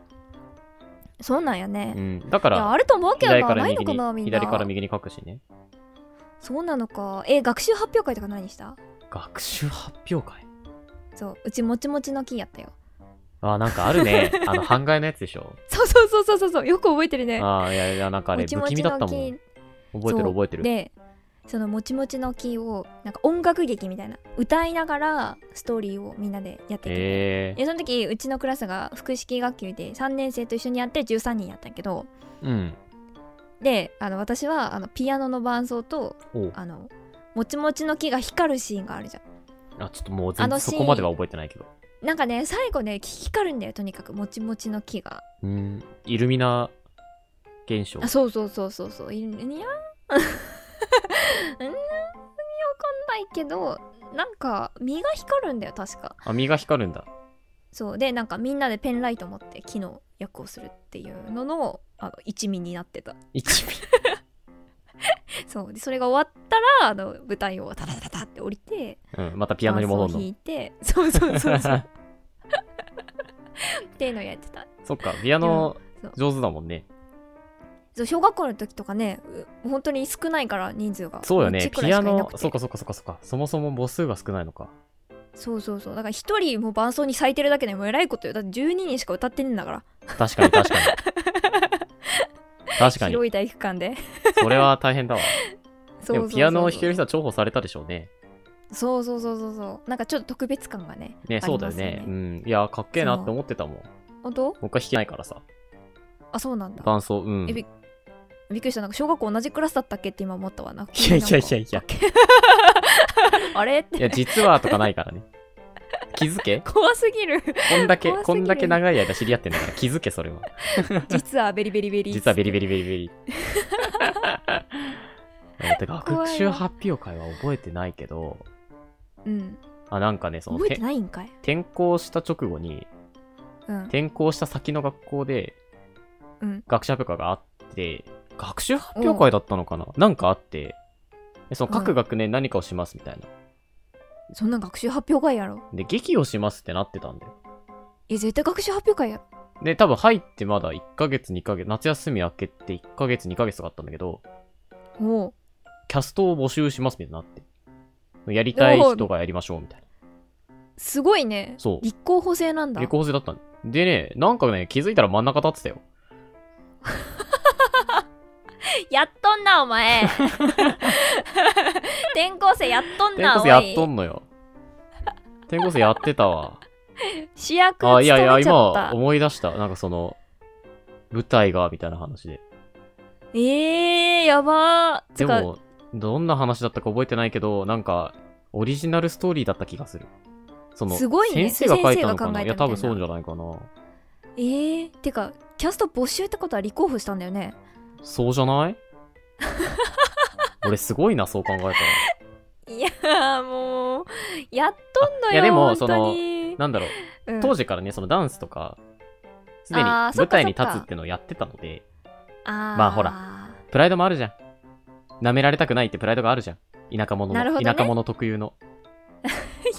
B: そうなんや
A: う
B: ね、
A: ん。だか
B: いや
A: ら、
B: あると思うけど
A: 左
B: な
A: から
B: ない
A: 右
B: のかなみ
A: に、
B: んな
A: 左から右に書くしね。
B: そうなのかえ学習発表会とか何した
A: 学習発表会
B: そううちもちもちの木やったよ
A: あー、なんかあるね。 あの、半外のやつでしょ。
B: そうそうそうそうそうそうよく覚えてるね
A: あー、いやいや、なんかあれ、
B: もち
A: 不
B: も
A: 気味
B: ち
A: だった
B: の
A: もん
B: 木。
A: 覚えて
B: そ
A: る
B: う
A: 覚えてる。
B: でそのもちもちの木をなんか音楽劇みたいな歌いながらストーリーをみんなでやってて、
A: えー、
B: でその時うちのクラスが複式学級で3年生と一緒にやって13人やったんやけど
A: うん。
B: であの私はあのピアノの伴奏と
A: おう
B: あのもちもちの木が光るシーンがあるじゃ
A: あ、ちょっともう
B: あ
A: 全
B: の
A: 然
B: シー
A: そ
B: ン
A: こまでは覚えてないけど。
B: んなんかね最後ね光るんだよとにかくもちもちの木が
A: うん、イルミナ現象
B: あ。そうそうそうそうそういいや うんいやわかんないけどなんか実が光るんだよ確か
A: あ、身が光るんだ。
B: そうでなんかみんなでペンライト持って木の役をするっていうののあの一味になってた
A: 一 味。
B: そうでそれが終わったらあの舞台をタタタタって降りて
A: うん、またピアノに戻
B: ダ
A: る
B: ンスを弾
A: の。
B: いてそうそうそうそうっていうのをやってた
A: そっか、ピアノ
B: そう
A: 上手だもんね。
B: そう小学校の時とかねう本当に少ないから人数が
A: そうよね、
B: ちくら
A: ピ
B: いし
A: ア
B: かいな
A: ノ
B: く、て
A: そっかそっかそっかそっか。そもそも母数が少ないのか。
B: そうそうそうだから一人もう伴奏に咲いてるだけでもうえらいことよだって12人しか歌ってねえんだから
A: 確かに 確かに。確かに。
B: 広い体育館で
A: それは大変だわ。で
B: そうそうそう
A: も
B: そう
A: ピアノを弾ける人は重宝されたでしょうね。
B: そうそうそうそうそうなんかちょっと特別感がね
A: ね、
B: あ
A: そう
B: り
A: だ
B: ま
A: よ
B: すよ
A: ね。うん。いや、かっけえなって思ってたもん。
B: 本当
A: 僕は弾けないからさ。
B: あそうなんだ
A: 伴奏、うん。
B: えびびっくりしたなんか小学校同じクラスだったっけって今思ったわない
A: いやいやいやいや。
B: あれっ
A: いや、
B: て
A: 実はとかないからね。 気づけ
B: 怖すぎる
A: こんだけ、
B: 怖すぎる
A: こんだけ長い間知り合ってんだから気づけ、それは。
B: 実はベリベリベリ
A: 実はベリベ
B: リ
A: リベリベ リ。えーと学習発表会は覚えてないけど、
B: うん
A: あ、なんかね、その、
B: 覚え
A: て
B: てないんかい
A: 転校した直後に、
B: うん
A: 転校した先の学校で
B: うん
A: 学習発表会があって、学習発表会だったのかななんかあって、でその
B: う
A: 各
B: ん
A: 学年何かをしますみたいな。
B: そんな学習発表会やろ
A: で、劇をしますってなってたんだよ。
B: え絶対学習発表会や
A: で、多分入ってまだ1ヶ月、2ヶ月、夏休み明けて1ヶ月、2ヶ月とかあったんだけど、
B: おう
A: キャストを募集しますみたいになって。やりたい人がやりましょうみたい
B: すごいね
A: そう
B: 立候補制なん
A: な。
B: だ
A: 立候補制だったんでね、なんかね、気づいたら真ん中立ってたよ。
B: やっとんなお 前転校生やっとん
A: 転
B: な
A: 校
B: お
A: 生や
B: い
A: っとんのよ。転校生やってたわ。
B: 主役務
A: あ、
B: め
A: い
B: ちゃ
A: や
B: った
A: いや、今思い出した。なんかその、舞台が、みたいな話で。
B: えー、やばー
A: で
B: てか
A: も、どんな話だったか覚えてないけど、なんか、オリジナルストーリーだった気がする。その、
B: すごいね
A: 先生が書いたのか
B: 先生が考えたみた
A: ない
B: ない
A: や、多分そうじゃないかな。
B: えー、てかキャスト募集ってことは立候補したんだよね
A: そうじゃない 俺すごいな、そう考えたら。
B: いやーもうやっとんのよ
A: いやでも
B: 本当に
A: なんだろう、
B: うん
A: 当時からね、そのダンスとか、すでに
B: あーそっ
A: 舞
B: か
A: 台に立つってのをやってたので、
B: あー
A: まあほプライドもあるじゃん。舐められたくないってプライドがあるじゃん。田舎者
B: なる
A: の、
B: ほどね
A: 田舎者特有の。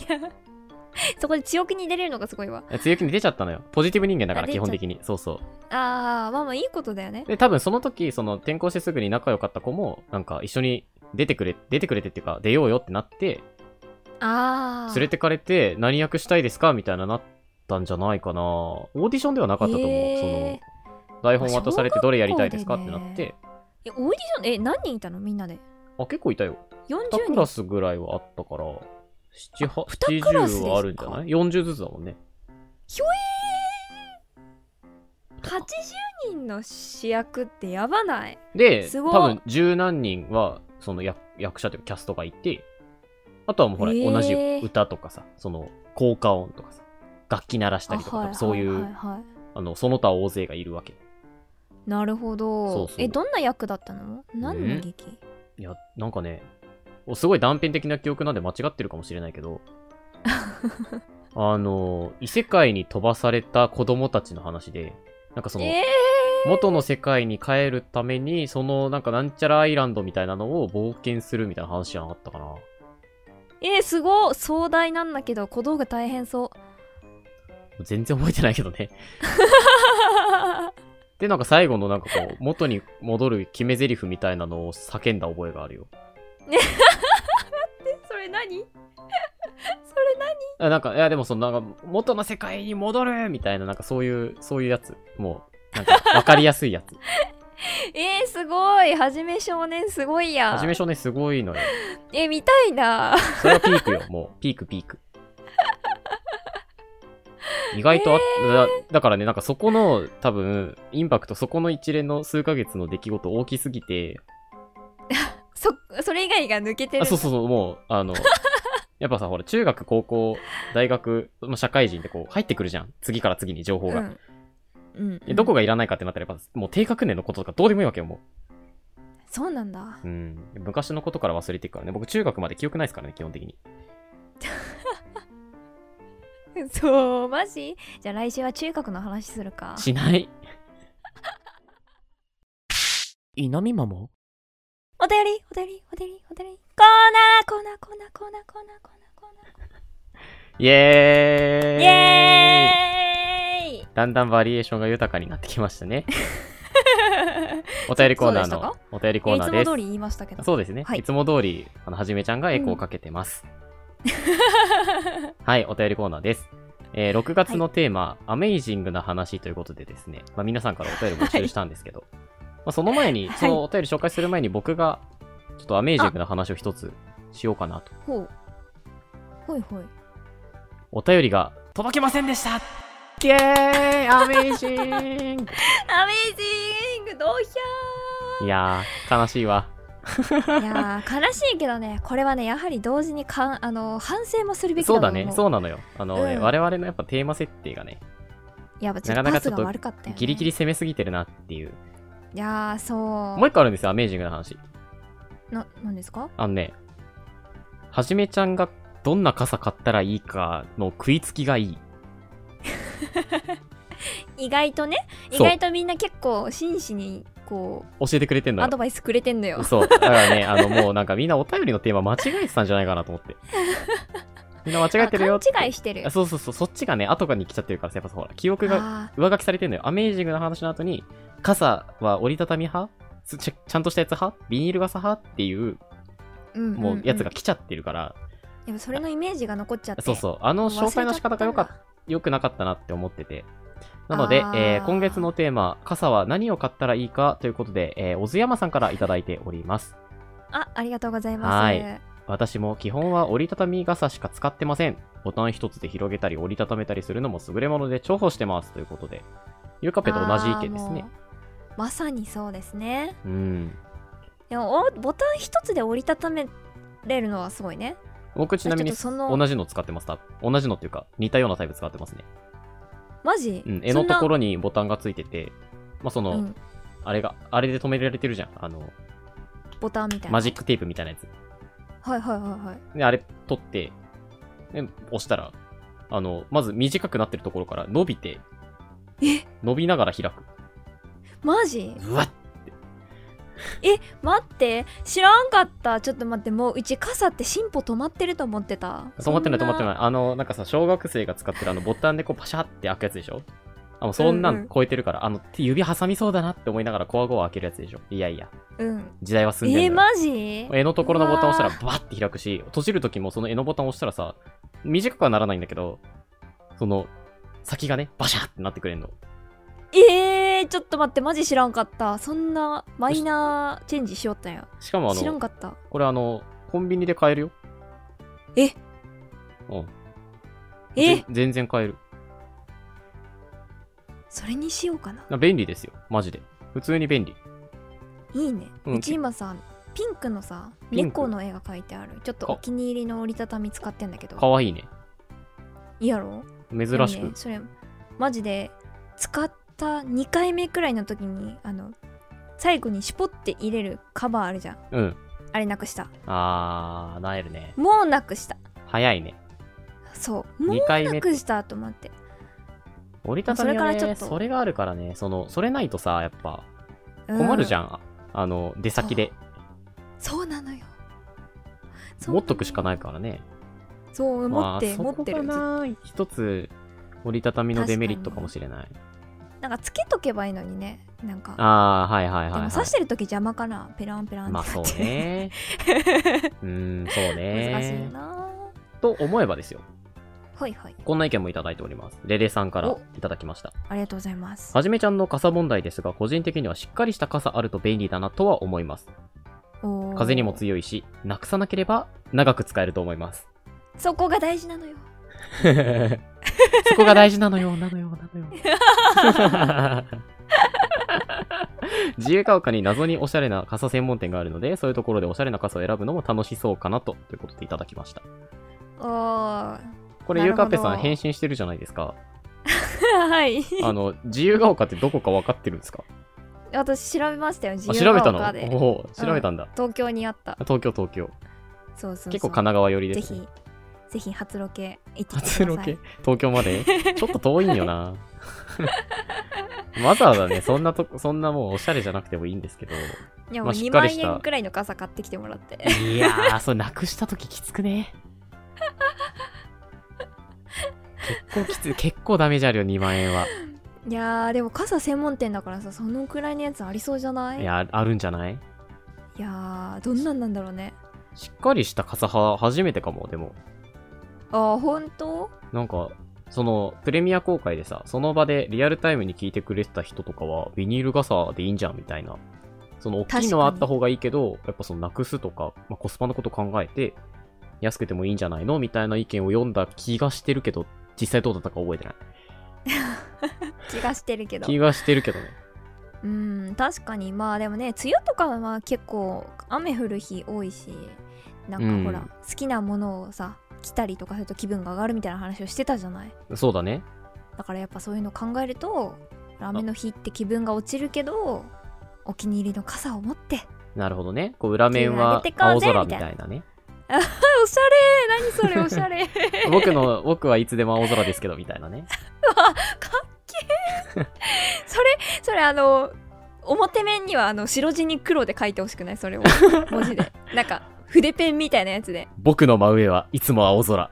B: いやそこで強気に出れるのがすごいわ
A: 強気に出ちゃったのよ。ポジティブ人間だから、
B: あ出
A: 基
B: ちゃ
A: 本的に。そうそう。
B: あーまあまあいいことだよね
A: で、多分その時、その転校してすぐに仲良かった子も、なんか一緒に出てくれ、出てくれてっていうか、出ようよってなって、
B: ああ
A: 連れてかれて、何役したいですかみたいななったんじゃないかなオーディションではなかったと思う。
B: へー
A: その、台本渡されてどれやりたいですかってなって、
B: えオーディションえ何人いたのみんなで
A: あ、結構いたよ。2
B: 40
A: クラ
B: 人
A: スぐらいはあったから、7、
B: 二クラスで
A: 80
B: すか
A: はあるんじゃない ?40 ずつだもんね。
B: ひょえー、80人の主役ってやばない
A: で、
B: す
A: 多
B: ごい
A: 分十何人は、その役役者というかキャストがいて、あとはもうほら、
B: えー
A: 同じ歌とかさ、その効果音とかさ、楽器鳴らしたりとか、多
B: あはい
A: 分そういう、
B: はいはいはい
A: あの、その他大勢がいるわけ。
B: なるほど
A: そうそう
B: えどんな役だったの何の劇、
A: いや、なんかね、おすごい断片的な記憶なんで間違ってるかもしれないけ ど、あの、異世界に飛ばされた子供たちの話で、なんかその、
B: え
A: 元の世界に帰るために、その、なんかなんちゃらアイランドみたいなのを冒険するみたいな話じゃなかったかな。
B: ー、えー、すごい壮大なんだけど小道具大変そう
A: 全然覚えてないけどね。 で、なんか最後のなんかこう、元に戻る決め台詞みたいなのを叫んだ覚えがあるよ。
B: それ何そ
A: あなんか、いやでもそのなんか、元の世界に戻るみたいな、なんかそういう、そういうやつ。もう、なんか、わかりやすいやつ。
B: れえー、すごいはじめ少年すごいやん
A: はじめ少年すごいのよ。
B: え見たいな
A: それはピークよ、もう。ピークピーク。意外とあ、だだからね、なんかそこの、多分、インパクト、そこの一連の数ヶ月の出来事大きすぎて、
B: そそれ以外が抜けてる
A: あそうそうそう、もう、あ の、やっぱさ、ほら、中学、高校、大学、まあ社会人ってこう、入ってくるじゃん。次から次に情報が。
B: んうん
A: でどこがいらないかってなったら、やっぱ、もう低学年のこととかどうでもいいわけよ、も
B: そうなんだ
A: う。うん。昔のことから忘れていくからね。僕、中学まで記憶ないですからね、基本的に。
B: そうマジじゃあ来週は中学の話するか
A: し ない。稲見マも
B: お便りお便りお便りお便りコーナーコーナーコーナーコーナーコーナーコーナーコーナー
A: イエーイ
B: イエーイ
A: だんだんバリエーションが豊かになってきましたね。お便りコーナー
B: そうで
A: の
B: し
A: お便りコ
B: いや
A: ー
B: い
A: ナー
B: つ
A: で
B: も
A: す
B: 通。り言いましたけど
A: そうですね。、
B: はいい
A: つも通り、あの、はじめちゃんがエコーをかけて ます。はい、お便りコーナーです。えー6月のテーマ、アメイジングな話ということでですね、まあ、皆さんからお便り募集したんですけど、まあ、その前に、
B: はい
A: そのお便り紹介する前に僕が、ちょっとアメイジングな話を一つしようかなと。
B: ほうほいほい
A: お便りが届きませんでしたイエーイアメイジング
B: アメイジングどうひ
A: いやー、悲しいわ。
B: ゃーいやー悲しいけどねこれはねやはり同時にかんあの反省もするべきだ
A: そうだ
B: と
A: ね、
B: 思
A: そうなのよ。あの、ね
B: うん
A: 我々のやっぱテーマ設定がね、
B: いやちょ
A: なかなか
B: っとパ
A: ち
B: ス
A: ょっ
B: が
A: と
B: 悪かったよ、ね、
A: ギリギリ攻めすぎてるなっていう。
B: いやーそう
A: もう一個あるんですよ、アメイジングな話。
B: ななんですか
A: あのね、はじめちゃんがどんな傘買ったらいいかの食いつきがいい。
B: 意外とね
A: そう
B: 意外とみんな結構真摯にこ
A: 教えてくれてん
B: う
A: の
B: ア
A: よ
B: ド。バイスくれてんのよ
A: そう。だからね、 あの、もうなんかみんなお便りのテーマ間違えてたんじゃないかなと思 って。みんな間違えてるよ
B: あ
A: って。
B: 勘違いしてる
A: あそうそうそう、そっちがね、後からに来ちゃってるからさ、やっぱほら、記憶が
B: あ
A: 上書きされてんのよ。アメージングの話の後に、傘は折りたたみ派つちゃちゃんとしたやつ派ビニール傘派っていう、
B: ーんんん
A: もうやつが来ちゃってるから、
B: やっぱそれのイメージが残っちゃって
A: そうそう、あの紹介の仕方が良かっ良くなかったなって思ってて。なので
B: あ、ー
A: えー今月のテーマ、傘は何を買ったらいいかということで、えー、小津山さんからいただいております。
B: たあありがとうございます
A: は私も基本は折りたたみ傘しか使ってません。ボタン一つで広げたり折りたためたりするのも優れもので重宝してます。ということで、ゆうかぺと同じ意見です
B: あー
A: ね
B: も。うまさにそうですね
A: うん。
B: でもおボタン一つで折りたためれるのはすごいね
A: 僕ちなみに
B: ちょっとその
A: 同じの使ってます。多分同じのっていうか、似たようなタイプ使ってますね。
B: マジ、
A: うん。絵のところにボタンがついてて、まあ、そ
B: そ
A: の、
B: んなうん
A: あれが、あれで止められてるじゃん。あの、
B: ボタンみたいな
A: マジックテープみたいなやつ。
B: はいはいはいはい
A: で、あれ取って、で、押したら、あの、まず短くなってるところから伸びて、伸びながら開く。
B: マジ
A: うわっ
B: 待って知らんかったちょっと待ってもううち傘って進歩止まってると思ってた
A: 止まってない止
B: そん
A: まってない。あの、なんかさ、小学生が使ってるあのボタンでこうパシャって開くやつでしょあ、もうそんな
B: うんうん
A: ん超えてるから、あの、手指挟みそうだなって思いながらコアゴア開けるやつでしょいやいや、
B: うん
A: 時代は進ん
B: え
A: で
B: ー、
A: んだよ。
B: マジ
A: 絵のところのボタンを押したらバーって開くし、閉じるときもその絵のボタンを押したらさ、短くはならないんだけど、その、先がね、バシャってなってくれんの。
B: えー、ーちょっと待ってマジ知らんかったそんなマイナーチェンジしよったんや
A: しかもあ
B: 知らん
A: の、
B: かった
A: これあの、コンビニで買えるよ。
B: え
A: うん。
B: え
A: ぜ全然買える。
B: それにしようかな
A: な便利ですよ。マジで。普通に便利。
B: いいね、
A: う
B: うんち今さピンクのさ
A: ピンク
B: 猫の絵が描いてあるちょっと
A: か
B: お気に入りの折りたたみ使ってんだけど
A: かわいいね。
B: いいやろ
A: 珍し
B: でも
A: く
B: ね。それマジで使った2回目くらいの時にあの最後にシュポって入れるカバーあるじゃん
A: うん。
B: あれなくした
A: あー、なえるね。
B: もうなくした
A: 早いね。
B: そうも
A: 2
B: う
A: 回目
B: な。くしたと思って
A: 折りたたみは
B: それからちょ
A: ね、
B: っと
A: それがあるからね、その、それないとさ、やっぱ、
B: うん
A: 困るじゃん。あの、出先で。
B: そうなのよ
A: 持っとくしか
B: い
A: ないからね。
B: そう持って、
A: まあ、
B: 持って
A: そこ
B: るずっと
A: がな、一つ、折りたたみのデメリットかもしれない。
B: なんかつけとけばいいのにねなんか
A: あー、はいはい
B: で
A: はい、は
B: も
A: い。
B: 刺してる時邪魔かなペランペランって
A: ま
B: な
A: あ
B: って
A: そうね。うーん、そう
B: 難しい
A: ね。
B: な
A: と思えばですよ。
B: はいはい
A: こんな意見もいただいております。レレさんから
B: お
A: いただきました。
B: ありがとうございます
A: はじめちゃんの傘問題ですが、個人的にはしっかりした傘あると便利だなとは思います。
B: おー
A: 風にも強いし、なくさなければ長く使えると思います。
B: そこが大事なのよ
A: そこが大事なのよ、なのよ、なのよ。 自由が丘に謎におしゃれな傘専門店があるので、そういうところでおしゃれな傘を選ぶのも楽しそうかなと、ということでいただきました。
B: おー
A: これ、
B: な
A: ゆう
B: るほ
A: か
B: ど
A: っぺさん返信してるじゃないです か。
B: はい
A: あの、自由が丘ってどこか分かってるんです か
B: 私調べましたよ自
A: あ
B: 由
A: 調べたの
B: が丘
A: お
B: で
A: お調べたんだ。
B: 東京にあった
A: 東京、東京。
B: そうそうそう
A: 結構神奈川寄りで
B: ぜ
A: す、ね。
B: ひぜひ初ロケ行ってきてくださ
A: 初
B: い
A: ロケ東京ま でちょっと遠いんよな。わざわざね、そんなとこ、そんなもうおしゃれじゃなくてもいいんですけど。
B: いやも
A: ま
B: う
A: あしっ
B: 2
A: か
B: 万
A: りした
B: 円くらいの傘買ってきてもらって
A: いやー、それなくしたとききつくね。結構きつい、結構ダメージあるよ、2万円は。
B: いやーでも傘専門店だからさそのくらいのやつありそうじゃない
A: いや、あるんじゃない
B: いやーどんなんなんだろうね
A: しっかりした傘派、初めてかも、でも。
B: あーほんと
A: なんか、その、プレミア公開でさ、その場でリアルタイムに聞いてくれてた人とかは、ビニール傘でいいんじゃんみたいな。その、大きいのはあった方がいいけど、やっぱその、なくすとか、まあ、コスパのこと考えて、安くてもいいんじゃないのみたいな意見を読んだ気がしてるけど、実際どうだったか覚えてない。
B: 気がしてるけど
A: 気がしてるけどね。
B: うん確かにまあでもね梅雨とかはまあ結構雨降る日多いしなん
A: うん
B: かほら、好きなものをさ着たりとかすると気分が上がるみたいな話をしてたじゃない
A: そうだね。
B: だからやっぱそういうの考えると雨の日って気分が落ちるけどお気に入りの傘を持って
A: なるほどね。こう、裏面は
B: 気分上
A: 青
B: げてこうぜ
A: 空みたいなね。
B: あ おしゃれ何 それおしゃれ
A: 僕の、僕はいつでも青空ですけど、みたいなね。
B: それあの表面にはあの白地に黒で書いてほしくないそれを文字でなんか筆ペンみたいなやつで
A: 僕の真上はいつも青空。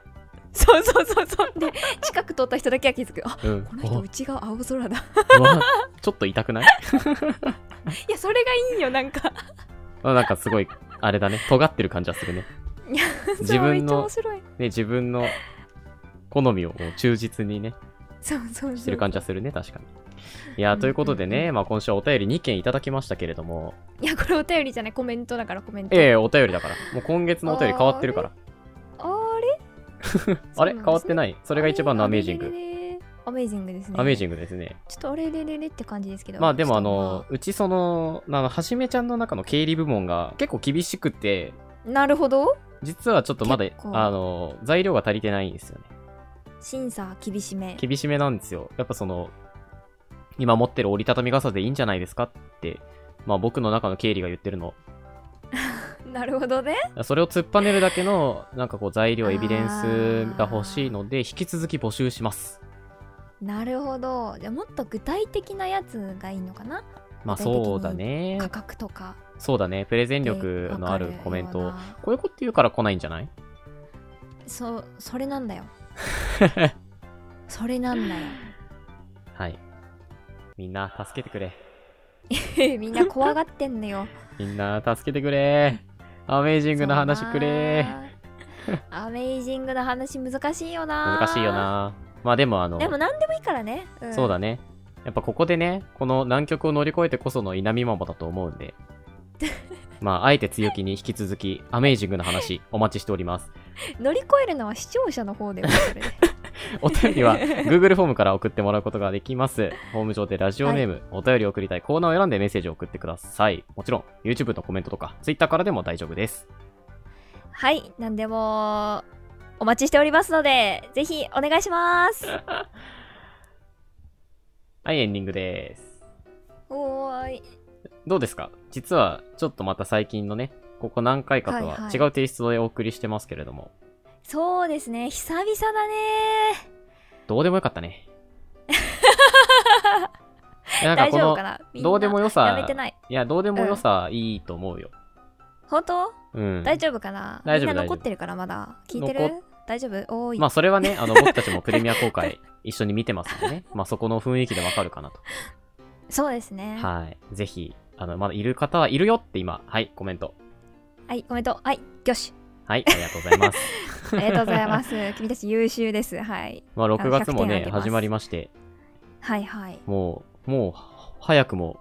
B: そうそうそうそうで近く通った人だけは気づくあ
A: うん
B: この人内側青空だ
A: お うわちょっと痛くない
B: いやそれがいいよなんか
A: あなんかすごい、あれだね、尖ってる感じはするね。
B: いや
A: 自分の
B: そうめっちゃ面白い
A: ね、自分の好みをもう忠実にね、
B: そうそうそう
A: してる感じはするね、確かに。いや
B: う
A: ー、
B: ん
A: ということで
B: うん
A: ね、まあ今週はお便り2件いただきましたけれども、
B: いやこれお便りじゃないコメントだからコメント
A: ええお便りだから。もう今月のお便り変わってるから。
B: あれ
A: あれ変わって
B: い
A: ない。それが一番のアメージング。
B: グアメージングですね
A: アメージ
B: ング
A: ングですね。
B: ちょっとあれれれれって感じですけど
A: まあでもあ
B: ちょ
A: の
B: っ、
A: うちその、あの、はじめちゃんの中の経理部門が結構厳しくて、
B: とまあなるほど
A: 実はちょっとまだ
B: 結、構
A: あの、材料が足りてないんですよね。
B: 審査厳しめ
A: 厳しめなんですよ。やっぱその、今持ってる折りたたみ傘でいいんじゃないですかって、まあ僕の中の経理が言ってるの。
B: なるほどね
A: それを突っぱねるだけの、なんかこう材料、エビデンスが欲しいので、引き続き募集します。
B: なるほどじゃあもっと具体的なやつがいいのかな
A: まあ
B: 具体的に
A: そうだね
B: 価。格とか
A: そうだね。プレゼン
B: で
A: 力のある
B: わか
A: コメン
B: よう
A: ト。
B: な
A: こういうこと言うから来ないんじゃない
B: そうそれなんだ よそれなんだよ
A: はい。みんな助けてくれ。
B: みんな怖がってんのよ。
A: みんな助けてく れ。アメージングの話くれ。
B: そうなー。アメイジングの話難しいよな。
A: 難しいよ。な。まあでもあの、
B: でも何でもいいからね。うん
A: そうだね。やっぱここでね、この難局を乗り越えてこその稲見ママだと思うん で。まあ、あえて強気に引き続き、アメージングの話、お待ちしております。
B: 乗り越えるのは視聴者の方でも それで
A: お便 りは、Google フォームから送ってもらうことができます。ホーム上でラジオネーム、お便りを送りたいコーナーを選んでメッセージを送ってください。もちろん、YouTube のコメントとか、Twitter からでも大丈夫です。
B: はい何でもお待ちしておりますのでぜひお願い します
A: はい、エンディングです。
B: おーい
A: どうですか実は、ちょっとまた最近のね、ここ何回かと
B: はい
A: は
B: はい
A: 違うテイストでお送りしてますけれども、
B: そうですね久々だね
A: どうでもよかった ね。いやなんか
B: 大
A: こ
B: 丈夫
A: の
B: か、なみんな
A: どうでもよ
B: や
A: さ
B: めて、ない
A: いや、どうでもよさ、いいと思うよ。
B: 本当
A: うん。
B: 大丈夫かな
A: 大丈夫
B: みんな
A: 大丈夫
B: 残ってるからまだ聞いて
A: 残
B: る大丈夫おーい、
A: まあ、それはね、 あの、僕たちもプレミア公開一緒に見てますんでね。まあ、そこの雰囲気でわかるかなと。
B: そうですねは
A: はい。ぜひ、あの、まだいる方はいるよって今、はい、コメント。
B: いコメントはいよし
A: はい、ありがとうござい ます。
B: ありがとうござ います君たち優秀ですはい
A: まあ、6月も
B: 100点あ
A: ね
B: げ、ます
A: 始まりまして、
B: はいはい
A: もう、もう、早くも、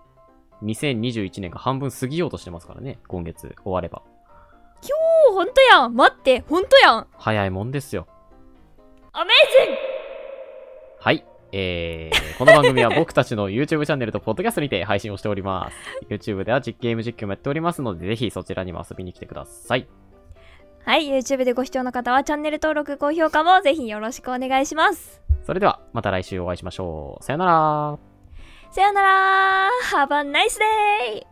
A: 2021年が半分過ぎようとしてますからね、今月終われば。
B: おおほんとやん待ってほんとやん
A: 早いもんですよ。
B: アメージング
A: はい。えー、この番組は僕たちの YouTube チャンネルと Podcast にて配信をしております。YouTube では実ゲーム実況もやっておりますので、ぜひそちらにも遊びに来てください。
B: はい YouTube でご視聴の方はチャンネル登録高評価もぜひよろしくお願いします
A: それでは、また来週お会いしましょう。さよなら
B: さよなら Have a nice day